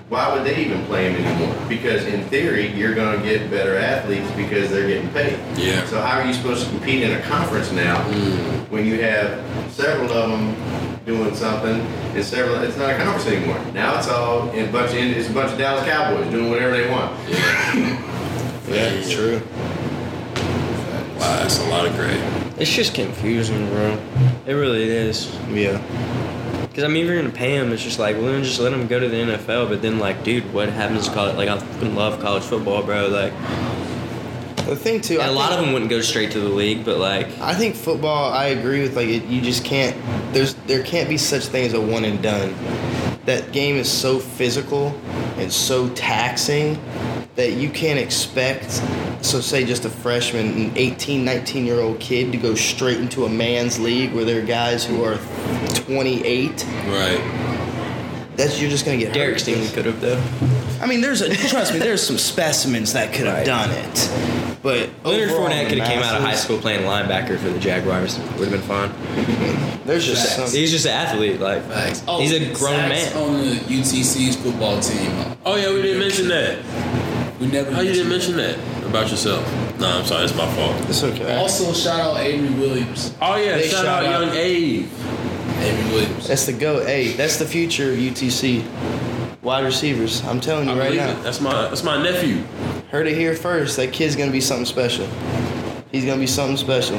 Speaker 7: why would they even play them anymore? Because in theory, you're going to get better athletes because they're getting paid.
Speaker 2: Yeah.
Speaker 7: So how are you supposed to compete in a conference now
Speaker 6: Mm.
Speaker 7: when you have several of them doing something and several? It's not a conference anymore. Now it's all in a bunch of it's a bunch of Dallas Cowboys doing whatever they want.
Speaker 6: Yeah, it's true.
Speaker 2: Wow, that's a lot of gray.
Speaker 3: It's just confusing, bro. It really is.
Speaker 6: Yeah,
Speaker 3: Because I mean, if you're gonna pay him, it's just like, well, then just let him go to the NFL. But then, like, dude, what happens to college? Like, I fucking love college football, bro. Like,
Speaker 6: the thing too. I
Speaker 3: and a lot
Speaker 6: think-
Speaker 3: of them wouldn't go straight to the league, but like,
Speaker 6: I think football. I agree with like it, you just can't. There's there can't be such thing as a one and done. That game is so physical and so taxing that you can't expect. So say just a freshman, an 18, 19 year old kid to go straight into a man's league where there are guys who are 28.
Speaker 2: Right.
Speaker 6: That's you're just gonna get
Speaker 3: Derek's
Speaker 6: hurt.
Speaker 3: team could have though.
Speaker 6: I mean, there's a trust me, there's some specimens that could have
Speaker 3: Right.
Speaker 6: done it, but
Speaker 3: Leonard
Speaker 6: overall,
Speaker 3: Fournette
Speaker 6: the
Speaker 3: could have came out of high
Speaker 6: masses,
Speaker 3: school playing linebacker for the Jaguars. Would have been fine.
Speaker 6: There's just
Speaker 1: Facts.
Speaker 6: some.
Speaker 3: He's just an athlete. Like,
Speaker 1: facts.
Speaker 3: he's a grown
Speaker 1: Zach's
Speaker 3: man.
Speaker 1: Oh, on the UTC's football team.
Speaker 2: Oh yeah, we didn't mention that.
Speaker 1: We never.
Speaker 2: How Oh, you didn't
Speaker 1: mentioned
Speaker 2: mention that about yourself? Nah, I'm sorry, it's my fault.
Speaker 6: It's
Speaker 1: that.
Speaker 6: okay.
Speaker 1: Also, shout out Avery Williams.
Speaker 2: Oh yeah,
Speaker 6: Big
Speaker 2: shout, out,
Speaker 6: shout out.
Speaker 2: Young Abe.
Speaker 1: Avery Williams.
Speaker 6: That's the go. Hey, that's the future of UTC. Wide receivers. I'm telling you
Speaker 2: I
Speaker 6: right
Speaker 2: believe
Speaker 6: now.
Speaker 2: it. That's my that's my nephew.
Speaker 6: Heard it here first. That kid's gonna be something special. He's gonna be something special.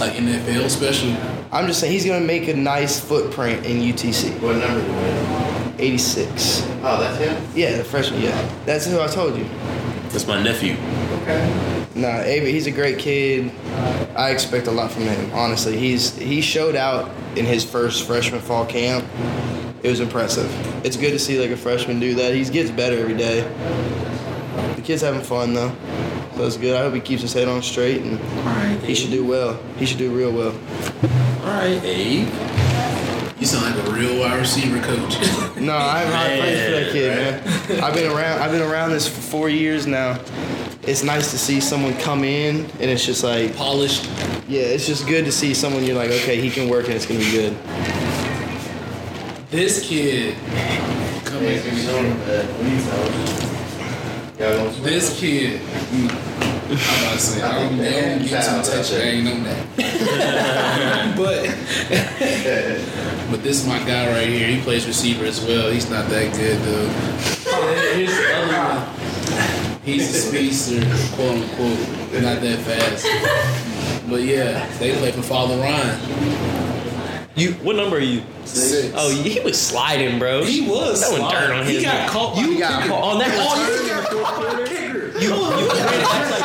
Speaker 1: Like NFL special.
Speaker 6: I'm just saying he's gonna make a nice footprint in UTC.
Speaker 7: What number? do you have?
Speaker 6: 86.
Speaker 7: Oh, that's him.
Speaker 6: Yeah, the freshman. Yeah, that's who I told you.
Speaker 2: That's my nephew.
Speaker 7: Okay.
Speaker 6: Nah, Avery. He's a great kid. I expect a lot from him. Honestly, he's he showed out in his first freshman fall camp. It was impressive. It's good to see like a freshman do that. He gets better every day. The kid's having fun though. So that's good. I hope he keeps his head on straight and he should do well. He should do real well.
Speaker 2: All right, Abe.
Speaker 1: You sound like a real wide receiver coach.
Speaker 6: No, I have high praise for that kid, man. I've been around. I've been around this for four years now. It's nice to see someone come in, and it's just like,
Speaker 1: Polished.
Speaker 6: yeah, it's just good to see someone. You're like, okay, he can work, and it's gonna be good.
Speaker 1: This kid coming.
Speaker 6: uh,
Speaker 1: This kid. Hmm. I'm about to say, I don't, they don't get to touch it. I ain't know that. but but this is my guy right here. He plays receiver as well. He's not that good though. Here's the other one. He's a speedster, quote unquote. Not that fast. But yeah, they play for Father Ryan.
Speaker 3: You what number are you?
Speaker 1: Six.
Speaker 3: Oh, he was sliding, bro.
Speaker 1: He was.
Speaker 3: That one dirt on
Speaker 1: He
Speaker 3: his
Speaker 1: got
Speaker 3: back.
Speaker 1: caught.
Speaker 3: You got caught on that.
Speaker 1: Oh,
Speaker 3: You you ran that's like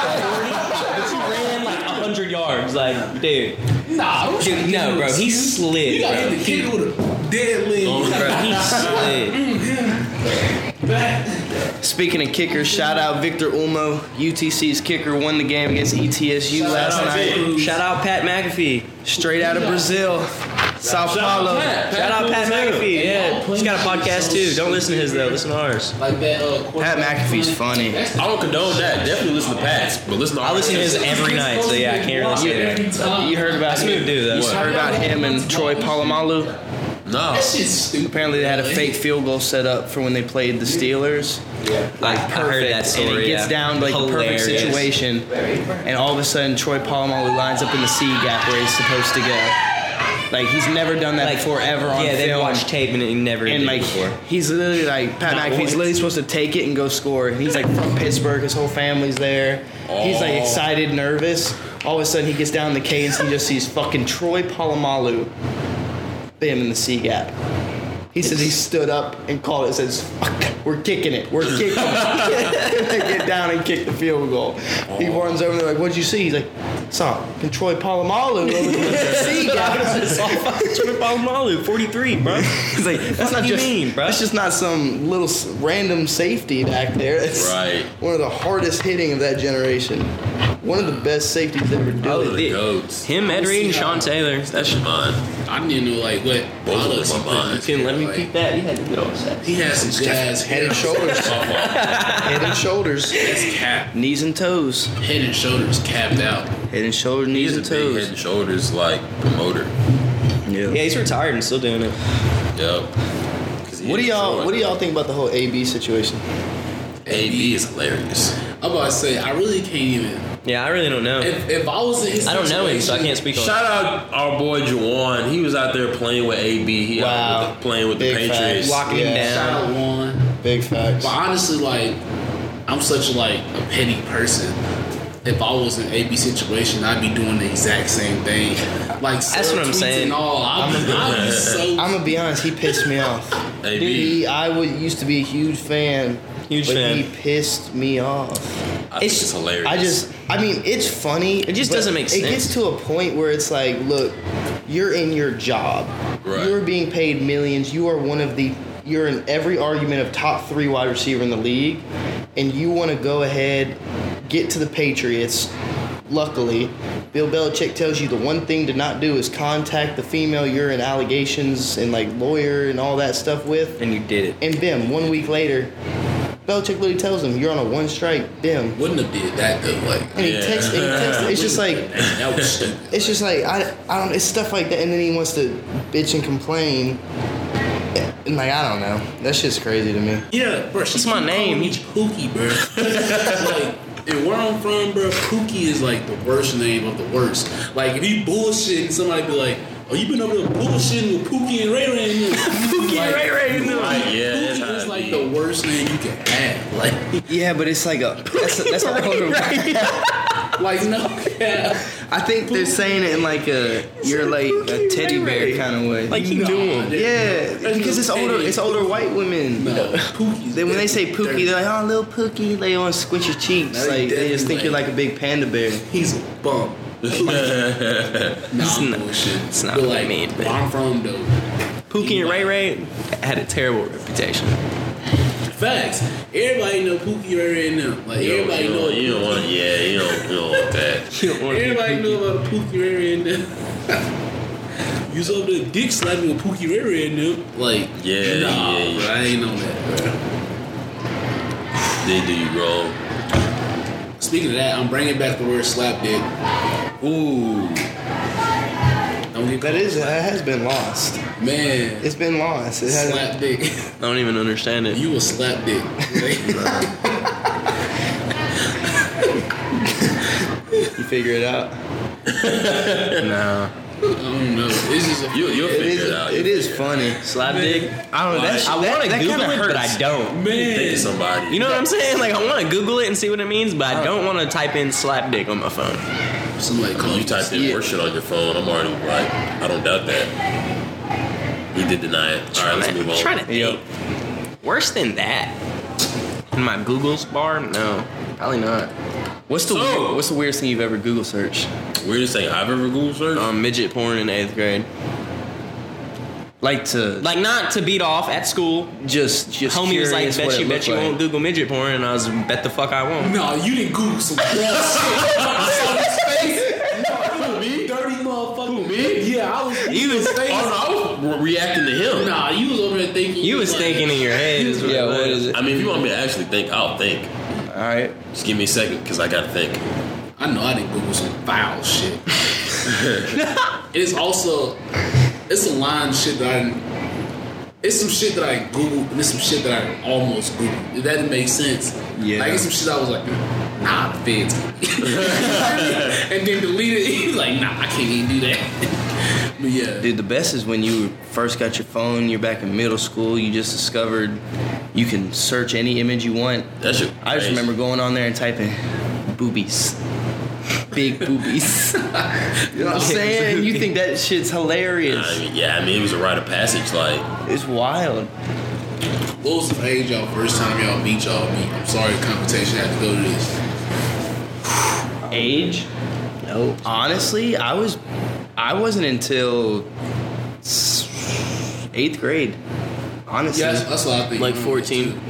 Speaker 3: 40, but you ran like hundred yards, like dude.
Speaker 1: Nah, I'm
Speaker 3: Dude, no, bro. He slid,
Speaker 1: You got
Speaker 3: bro.
Speaker 1: hit the kid with a dead leg.
Speaker 3: Bro, he slid.
Speaker 6: Speaking of kickers, shout out Victor Ulmo, UTC's kicker, won the game against E ETSU last night.
Speaker 3: Shout out Pat McAfee.
Speaker 6: Straight out of Brazil, Sao Paulo.
Speaker 3: Shout out Pat McAfee. Yeah, he's got a podcast too. Don't listen to his though. Listen to ours.
Speaker 1: Like that. Uh,
Speaker 6: Pat McAfee's funny.
Speaker 2: I don't condone that. Definitely listen
Speaker 6: Oh,
Speaker 2: to Pats, but listen to
Speaker 3: I listen to his every night, so yeah, I can't really say that.
Speaker 6: You heard about
Speaker 3: That's me, dude.
Speaker 6: You
Speaker 3: That's
Speaker 6: heard about him and Troy Polamalu?
Speaker 2: No.
Speaker 1: That shit's stupid.
Speaker 6: Apparently, they had a fake field goal set up for when they played the Steelers.
Speaker 3: I, I heard that story.
Speaker 6: And it gets
Speaker 3: yeah.
Speaker 6: down to like
Speaker 3: Hilarious.
Speaker 6: the perfect situation, and all of a sudden, Troy Polamalu lines up in the C gap where he's supposed to go. Like he's never done that
Speaker 3: Like
Speaker 6: before ever on
Speaker 3: yeah, they
Speaker 6: film.
Speaker 3: watched tape and it never
Speaker 6: and
Speaker 3: did
Speaker 6: like
Speaker 3: before.
Speaker 6: he's literally like Pat
Speaker 3: Not
Speaker 6: McAfee's
Speaker 3: once.
Speaker 6: literally supposed to take it and go score. He's like from Pittsburgh, his whole family's there. He's like
Speaker 2: Oh.
Speaker 6: excited, nervous. All of a sudden, he gets down the Canes and he just sees fucking Troy Polamalu, bam in the C gap. He says he stood up and called it. and Says, "Fuck, we're kicking it. We're kicking." it. they get down and kick the field goal. He
Speaker 3: Oh.
Speaker 6: runs over. and They're like, "What'd you see?" He's like, "Saw Troy Polamalu over the C gap."
Speaker 3: Troy Polamalu, 43, bro. He's like, that's not
Speaker 6: not
Speaker 3: you
Speaker 6: just-
Speaker 3: mean, bro.
Speaker 6: That's just not some little s- random safety back there. It's
Speaker 2: Right.
Speaker 6: one of the hardest hitting of that generation. One of the best safeties ever
Speaker 3: Oh,
Speaker 6: do it.
Speaker 3: the-
Speaker 2: goats.
Speaker 3: him, Ed Reed, and Sean Taylor.
Speaker 2: That's mine.
Speaker 1: I need to know like what
Speaker 2: Both
Speaker 1: products he put
Speaker 2: of them are
Speaker 1: in
Speaker 2: mine.
Speaker 1: his
Speaker 3: Can let me
Speaker 1: like,
Speaker 3: peek that. You had to get all set.
Speaker 1: He has some jazz
Speaker 6: Head and shoulders. Head and shoulders.
Speaker 1: That's cap.
Speaker 6: Knees and toes.
Speaker 1: Head and shoulders capped out.
Speaker 6: Head and
Speaker 3: Oh,
Speaker 6: shoulders,
Speaker 2: He's
Speaker 6: knees
Speaker 2: a
Speaker 6: and
Speaker 2: big head
Speaker 6: toes.
Speaker 2: and shoulders like promoter.
Speaker 3: Yeah, he's retired and still doing it.
Speaker 2: Yep.
Speaker 6: What do y'all what do y'all think about the whole A B situation?
Speaker 2: AB is hilarious.
Speaker 1: I'm about to say I really can't even.
Speaker 3: Yeah, I really don't know.
Speaker 1: If, if I was in his
Speaker 3: I don't know him, so I
Speaker 1: situation,
Speaker 3: can't speak on
Speaker 2: Shout out our boy Juwan. He was out there playing with AB. He out
Speaker 6: Wow.
Speaker 2: with the, playing with the
Speaker 6: Big
Speaker 2: Patriots.
Speaker 6: facts.
Speaker 3: Locking him
Speaker 6: Yeah.
Speaker 1: Shout
Speaker 3: down.
Speaker 1: out one.
Speaker 6: Big facts.
Speaker 1: But honestly, like, I'm such like a petty person. If I was in AB situation, I'd be doing the exact same thing. Like,
Speaker 3: That's what I'm
Speaker 1: tweets
Speaker 3: saying.
Speaker 1: And all, I'd, be, I'd be so.
Speaker 6: I'm gonna be honest, he pissed me off.
Speaker 2: AB.
Speaker 6: He, I would, used to be a huge fan.
Speaker 3: Huge
Speaker 6: but
Speaker 3: fan.
Speaker 6: He pissed me off.
Speaker 2: I think
Speaker 3: It's-
Speaker 2: it's, hilarious.
Speaker 6: I just, I mean, it's funny.
Speaker 3: It just
Speaker 6: but
Speaker 3: doesn't make
Speaker 6: It gets
Speaker 3: sense.
Speaker 6: to a point where it's like, look, you're in your job.
Speaker 2: Right.
Speaker 6: You're being paid millions. You are one of the, you're in every argument of top three wide receiver in the league, and you want to go ahead, get to the Patriots. Luckily, Bill Belichick tells you the one thing to not do is contact the female you're in allegations and like lawyer and all that stuff with.
Speaker 3: And you did it.
Speaker 6: And bim, one week later, Belichick literally tells him, "You're on a one strike." Bim,
Speaker 1: Wouldn't have did that though. Like,
Speaker 6: and he
Speaker 2: Yeah.
Speaker 6: texts. And he texts it's just like
Speaker 1: that was stupid.
Speaker 6: it's just like I, I don't. It's stuff like that, and then he wants to bitch and complain. And like I don't know. That's just crazy to me.
Speaker 1: Yeah, bro. That's
Speaker 3: my name.
Speaker 1: He's Pookie, bro. like, and where I'm from, bro, Pookie is like the worst name of the worst. Like, if you bullshitting, somebody be like, "Oh, you been over there bullshitting with Pookie and Ray Ray?" And Pookie
Speaker 3: and Ray Ray and them.
Speaker 1: Like,
Speaker 2: Yeah, that's
Speaker 1: Pookie
Speaker 2: how
Speaker 1: is
Speaker 2: it
Speaker 1: like
Speaker 2: be.
Speaker 1: the worst name you can have. Like,
Speaker 6: Yeah, but it's like a. That's, that's not
Speaker 1: like no cap.
Speaker 6: I think they're saying it in like a you're like a teddy bear kind of way.
Speaker 3: Like you
Speaker 1: Nah,
Speaker 3: knew him.
Speaker 1: dude.
Speaker 6: yeah,
Speaker 1: There's
Speaker 6: because
Speaker 1: no
Speaker 6: it's older.
Speaker 1: teddy.
Speaker 6: It's older white women.
Speaker 1: No, Pookie's
Speaker 6: Then when they say
Speaker 1: dirty.
Speaker 6: Pookie, they're like, "Oh, little Pookie, they want to squint your cheeks."
Speaker 1: No, they
Speaker 6: Like they just think
Speaker 1: definitely-
Speaker 6: you're like a big panda bear.
Speaker 1: he's a bum. Nah, I'm bullshit.
Speaker 3: it's not
Speaker 1: but
Speaker 3: what I
Speaker 1: like,
Speaker 3: mean, but-
Speaker 1: where I'm from though.
Speaker 3: Pookie and Ray Ray had a terrible reputation.
Speaker 1: Facts. Everybody know Pookie Rare and them. Like
Speaker 2: You don't-
Speaker 1: everybody
Speaker 2: you
Speaker 1: know.
Speaker 2: don't, you don't want to, yeah, you don't, you don't want that.
Speaker 1: Everybody know about Pookie Rare and them. you was over there dick slapping with Pookie Rare and them. Like
Speaker 2: Yeah,
Speaker 1: nah,
Speaker 2: yeah, yeah.
Speaker 1: bro, I ain't know that.
Speaker 2: They do you wrong.
Speaker 1: Speaking of that, I'm bringing back the word slap dick.
Speaker 2: Ooh,
Speaker 1: Don't get
Speaker 6: That is, that uh, has been lost.
Speaker 1: caught. man.
Speaker 6: It's been lost. It has,
Speaker 1: Slap dick.
Speaker 3: I don't even understand it.
Speaker 1: You a slap dick.
Speaker 6: you figure it out. no.
Speaker 1: I don't know. It's just a,
Speaker 2: you, you'll
Speaker 6: It
Speaker 2: figure it,
Speaker 6: is,
Speaker 2: out.
Speaker 6: it
Speaker 2: You'll
Speaker 6: is
Speaker 2: figure
Speaker 6: funny.
Speaker 3: Slap dick.
Speaker 6: I don't know. That,
Speaker 3: I want to
Speaker 6: that, that
Speaker 3: Google
Speaker 6: kinda
Speaker 3: it, but I
Speaker 6: hurts.
Speaker 3: don't.
Speaker 2: it out. Think
Speaker 1: man.
Speaker 2: of somebody.
Speaker 3: You know what I'm saying? Like I want to Google it and see what it means, but I don't want to type in slap dick on my phone.
Speaker 1: Somebody
Speaker 2: I
Speaker 1: call
Speaker 2: mean,
Speaker 1: you
Speaker 2: you typed in worse shit on your phone. I'm already like, I don't doubt that. He did deny it. All right, let's move on.
Speaker 3: Try to think. Worse than that. In my Google's bar, no, probably not.
Speaker 4: What's the
Speaker 2: So-
Speaker 3: Oh.
Speaker 4: weird, what's the weirdest thing you've ever Google searched?
Speaker 2: Weirdest thing I've ever Google searched.
Speaker 3: Um, midget porn in eighth grade.
Speaker 4: Like to
Speaker 3: Like not to beat off at school.
Speaker 4: just just
Speaker 3: Homie was like,
Speaker 4: curious what
Speaker 3: "Bet
Speaker 4: it
Speaker 3: you,
Speaker 4: looked
Speaker 3: bet you
Speaker 4: like.
Speaker 3: won't Google midget porn," and I was, "Bet the fuck I won't."
Speaker 1: No, you didn't Google some gross shit. No, you dirty motherfucker.
Speaker 2: me?
Speaker 1: Yeah, I was.
Speaker 3: You was
Speaker 2: Oh no, I was re- reacting to him.
Speaker 1: Nah, you was over there thinking.
Speaker 3: you was
Speaker 1: like-
Speaker 3: thinking in your head. is
Speaker 4: Yeah,
Speaker 3: it
Speaker 4: what
Speaker 3: was.
Speaker 4: is it?
Speaker 2: I mean, if you want me to actually think, I'll think.
Speaker 4: All right.
Speaker 2: Just give me a second, cause I gotta think.
Speaker 1: I know I didn't Google some foul shit. it's also, it's a line of shit that I. didn't- It's some shit that I googled, and it's some shit that I almost googled. If that didn't make sense.
Speaker 6: Yeah.
Speaker 1: Like it's some shit I was like, nah, fits. and then deleted. it. like, nah, I can't even do that. but yeah.
Speaker 6: Dude, the best is when you first got your phone, you're back in middle school, you just discovered you can search any image you want.
Speaker 2: That shit.
Speaker 6: I just
Speaker 2: crazy.
Speaker 6: remember going on there and typing boobies. Big boobies. you know what I'm saying? You think that shit's
Speaker 2: I
Speaker 6: hilarious.
Speaker 2: mean, yeah, I mean, it was a rite of passage. Like,
Speaker 6: It's wild.
Speaker 1: What was the age y'all first time y'all beat y'all meet? I'm sorry, competition had to go to this.
Speaker 3: Age?
Speaker 6: No. Honestly, I was I wasn't until s- 8th grade. Honestly.
Speaker 1: Yeah, that's, that's what I think.
Speaker 3: Like 14.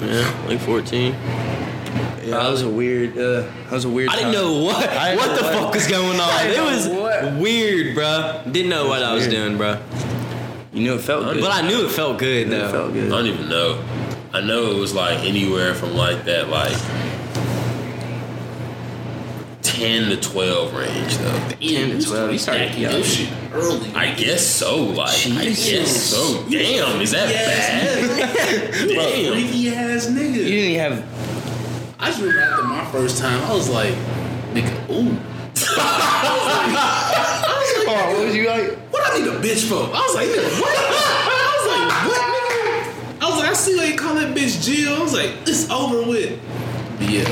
Speaker 3: Yeah, like 14.
Speaker 6: Yeah, that was a weird uh that was a weird
Speaker 3: I didn't
Speaker 6: time.
Speaker 3: know what
Speaker 6: I
Speaker 3: what
Speaker 6: didn't know
Speaker 3: the
Speaker 6: what-
Speaker 3: fuck was going
Speaker 6: I
Speaker 3: on. It
Speaker 6: didn't know
Speaker 3: was
Speaker 6: what-
Speaker 3: weird, bruh. Didn't know what I was doing,
Speaker 6: weird.
Speaker 3: bruh.
Speaker 6: You knew it felt good.
Speaker 3: But I knew it felt good
Speaker 6: it
Speaker 3: though.
Speaker 6: felt
Speaker 2: I
Speaker 6: good.
Speaker 2: don't even know. I know it was like anywhere from like that, like ten to twelve range, though.
Speaker 1: 10 to 12. You started
Speaker 6: young.
Speaker 1: this shit early.
Speaker 2: I guess so. Like, I guess so. Damn, is that bad? Damn.
Speaker 1: Freaky ass nigga.
Speaker 6: You didn't even have
Speaker 1: I just remember after my first time, I was like, nigga, ooh.
Speaker 6: Oh, what was you like?
Speaker 1: What I need a bitch for? I was like, nigga, what? I was like, what, nigga? I was like, I see why you call that bitch Jill. I was like, it's over with. But yeah.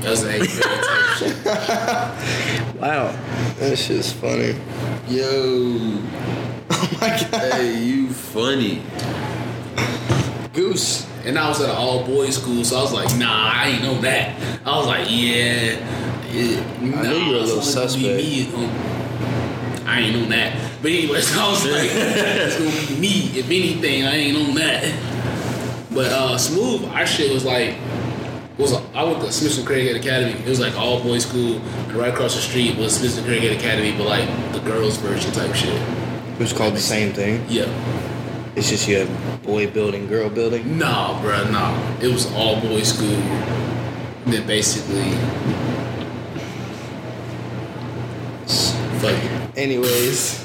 Speaker 1: That was an eighth grade type shit.
Speaker 6: Wow, that shit's funny.
Speaker 2: Yo,
Speaker 6: Oh my god,
Speaker 2: hey, you funny.
Speaker 6: goose.
Speaker 1: And I was at an all boys school, so I was like, nah, I ain't know that. I was like, yeah. yeah nah,
Speaker 6: knew you were a little
Speaker 1: it's only gonna be me, um, I ain't on that. But anyway, so I was like, it's gonna be me. If anything, I ain't on that. But uh Smooth, our shit was like was I went to Smithson Craighead Academy. It was like all boys school, and right across the street was Smithson Craighead Academy, but like the girls' version type shit.
Speaker 6: It was called the same thing.
Speaker 1: Yeah.
Speaker 6: It's just you have boy building, girl building.
Speaker 1: Nah, bruh, nah. It was all boys school. Then basically, fuck it.
Speaker 6: Anyways,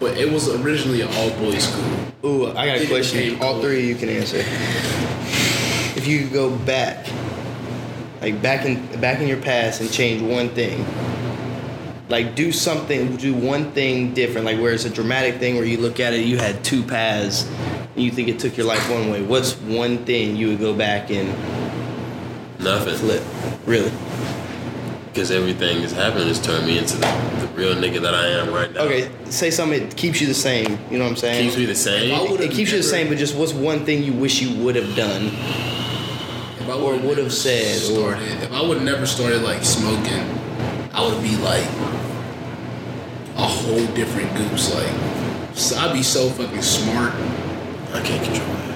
Speaker 1: But it was originally an all boys school.
Speaker 6: ooh, I got a
Speaker 1: It
Speaker 6: question.
Speaker 1: became
Speaker 6: All
Speaker 1: cool.
Speaker 6: three of you can answer. If you could go back, like back in back in your past and change one thing. Like do something, do one thing different. Like where it's a dramatic thing where you look at it, you had two paths, and you think it took your life one way. What's one thing you would go back and
Speaker 2: Nothing.
Speaker 6: flip. Really?
Speaker 2: Because everything that's happened has turned me into the, the real nigga that I am right now.
Speaker 6: Okay, say something that keeps you the same. You know what I'm saying?
Speaker 2: Keeps me the
Speaker 1: I
Speaker 2: same.
Speaker 1: would've
Speaker 6: it keeps you
Speaker 1: never-
Speaker 6: the same, but just what's one thing you wish you would have done?
Speaker 1: If I
Speaker 6: Or
Speaker 1: would've
Speaker 6: would've
Speaker 1: never
Speaker 6: said, or-
Speaker 1: started, if I would have never started like smoking, I would be like a whole different goose. Like, so I'd be so fucking smart.
Speaker 2: I can't control that.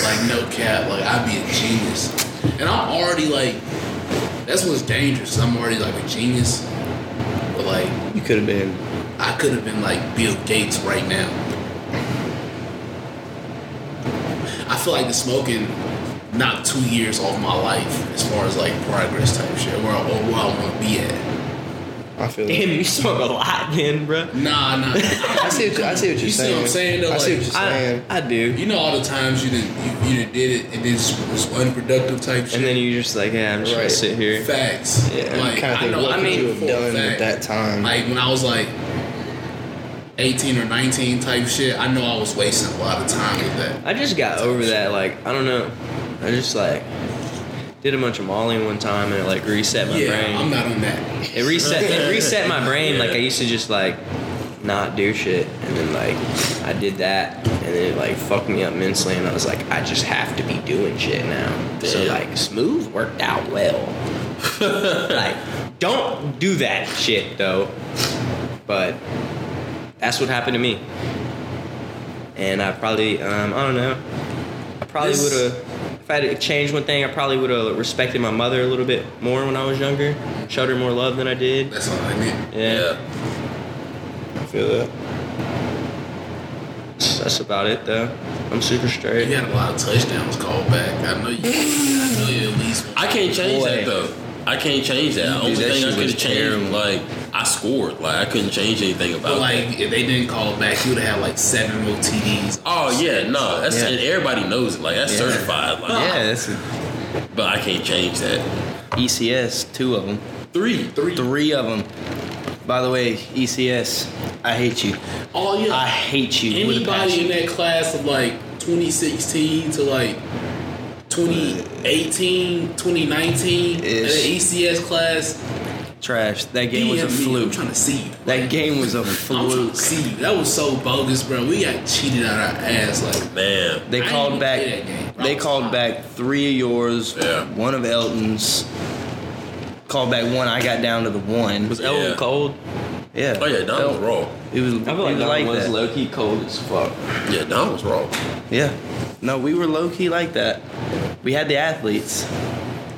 Speaker 1: Like no cap, like I'd be a genius. And I'm already like, that's what's dangerous. I'm already like a genius, but like
Speaker 6: You could have been.
Speaker 1: I could have been like Bill Gates right now. I feel like the smoking knocked two years off my life as far as like progress type shit, where, or where I want to be at.
Speaker 6: I feel.
Speaker 3: Damn, you smoke a lot then, bro.
Speaker 1: Nah, nah.
Speaker 6: I see. What you, I see what you're
Speaker 1: You see
Speaker 6: saying.
Speaker 1: what I'm saying, though?
Speaker 6: I see
Speaker 1: Like,
Speaker 6: what you're
Speaker 3: I,
Speaker 6: saying.
Speaker 3: I do.
Speaker 1: You know all the times you didn't you, you done did it and this was unproductive type shit.
Speaker 3: And then you're just like, yeah, I'm just gonna
Speaker 6: Right.
Speaker 3: sit here.
Speaker 1: facts.
Speaker 3: Yeah,
Speaker 1: like,
Speaker 6: kind of
Speaker 1: I
Speaker 6: think
Speaker 1: know.
Speaker 6: what
Speaker 1: I
Speaker 6: could
Speaker 1: mean,
Speaker 6: you have
Speaker 1: for a
Speaker 6: done
Speaker 1: fact,
Speaker 6: at that time.
Speaker 1: Like when I was like 18 or 19 type shit, I know I was wasting a lot of time with that.
Speaker 3: I just got over that. Like, I don't know. I just like did a bunch of Molly one time, and it like reset my
Speaker 1: yeah,
Speaker 3: brain.
Speaker 1: I'm not on that.
Speaker 3: It reset. It reset my brain. Like I used to just like not do shit, and then like I did that, and then it like fucked me up mentally, and I was like, I just have to be doing shit now. So
Speaker 2: Damn.
Speaker 3: like smooth worked out well. like don't do that shit though. But that's what happened to me, and I probably um, I don't know. I probably
Speaker 1: This-
Speaker 3: would have. If I had to change one thing, I probably would have respected my mother a little bit more when I was younger. Showed her more love than I did.
Speaker 1: That's all I mean.
Speaker 3: Yeah,
Speaker 6: I feel that.
Speaker 3: that's that's about it though. I'm super straight.
Speaker 1: You had a lot of touchdowns called back. I know you. I know you at least.
Speaker 2: I can't change
Speaker 3: Boy.
Speaker 2: that though. I can't change that.
Speaker 3: Dude,
Speaker 2: Only
Speaker 3: that
Speaker 2: thing I
Speaker 3: shit
Speaker 2: could
Speaker 3: was
Speaker 2: have changed, like I scored. Like I couldn't change anything about
Speaker 1: But
Speaker 2: that.
Speaker 1: like, if they didn't call it back, you'd have had like seven more TDs.
Speaker 2: Oh yeah, no, that's
Speaker 3: Yeah.
Speaker 2: and everybody knows it. Like that's certified. Like,
Speaker 3: Yeah, that's a
Speaker 2: but I can't change that.
Speaker 4: ECS, E two of them.
Speaker 2: Three.
Speaker 1: Three.
Speaker 4: Three of them. By the way, ECS, I hate you.
Speaker 1: All Oh, yeah.
Speaker 4: I hate you with a
Speaker 1: anybody
Speaker 4: passion.
Speaker 1: in that class of like 2016 to like 2018 2019 in the
Speaker 4: Ish.
Speaker 1: ECS class
Speaker 4: Trash. That game was a
Speaker 1: DM me. I'm
Speaker 4: fluke.
Speaker 1: trying to see you.
Speaker 4: That game was a
Speaker 1: I'm trying
Speaker 4: fluke.
Speaker 1: to see you. That was so bogus, bro. We got cheated out our ass. Like
Speaker 2: Man.
Speaker 4: They
Speaker 1: I
Speaker 4: called
Speaker 1: didn't
Speaker 4: back.
Speaker 1: play that game. I
Speaker 4: They
Speaker 1: was
Speaker 4: called
Speaker 1: hot.
Speaker 4: back three of yours.
Speaker 2: Yeah.
Speaker 4: One of Elton's. Called back one. I got down to the one.
Speaker 3: was Ellen
Speaker 2: Yeah.
Speaker 3: cold.
Speaker 4: yeah.
Speaker 2: Oh yeah, Don was
Speaker 4: Elton.
Speaker 2: wrong.
Speaker 4: It was.
Speaker 3: I
Speaker 4: it
Speaker 3: feel like
Speaker 4: was
Speaker 3: that
Speaker 4: like
Speaker 3: was
Speaker 4: that.
Speaker 3: low key cold as fuck.
Speaker 2: Yeah, Don was wrong.
Speaker 4: yeah. No, we were low key like that. We had the athletes.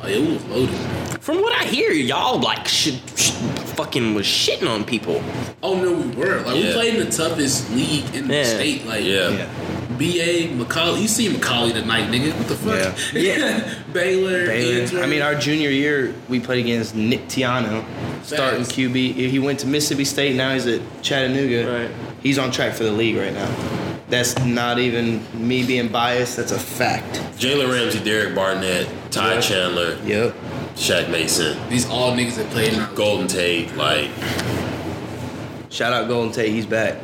Speaker 1: Like, it was loaded.
Speaker 3: From what I hear, y'all like sh- sh- fucking was shitting on people.
Speaker 1: Oh no, we were like we
Speaker 2: Yeah.
Speaker 1: played in the toughest league in
Speaker 3: Yeah.
Speaker 1: the state. Like
Speaker 2: Yeah.
Speaker 1: BA Macaulay. You see Macaulay tonight, nigga. What the fuck?
Speaker 4: Yeah. Yeah.
Speaker 1: Baylor. Antwerp.
Speaker 4: Baylor. I mean, our junior year, we played against Nick Tiano, starting
Speaker 1: Facts.
Speaker 4: QB. He went to Mississippi State. Now he's at Chattanooga.
Speaker 3: Right.
Speaker 4: He's on track for the league right now. That's not even me being biased. That's a fact.
Speaker 2: Jalen Ramsey, Derek Barnett, Ty Chandler,
Speaker 4: Yep.
Speaker 2: Shaq Mason,
Speaker 1: these all niggas that played in our
Speaker 2: Golden Tate, like
Speaker 4: Shout out Golden Tate. He's back.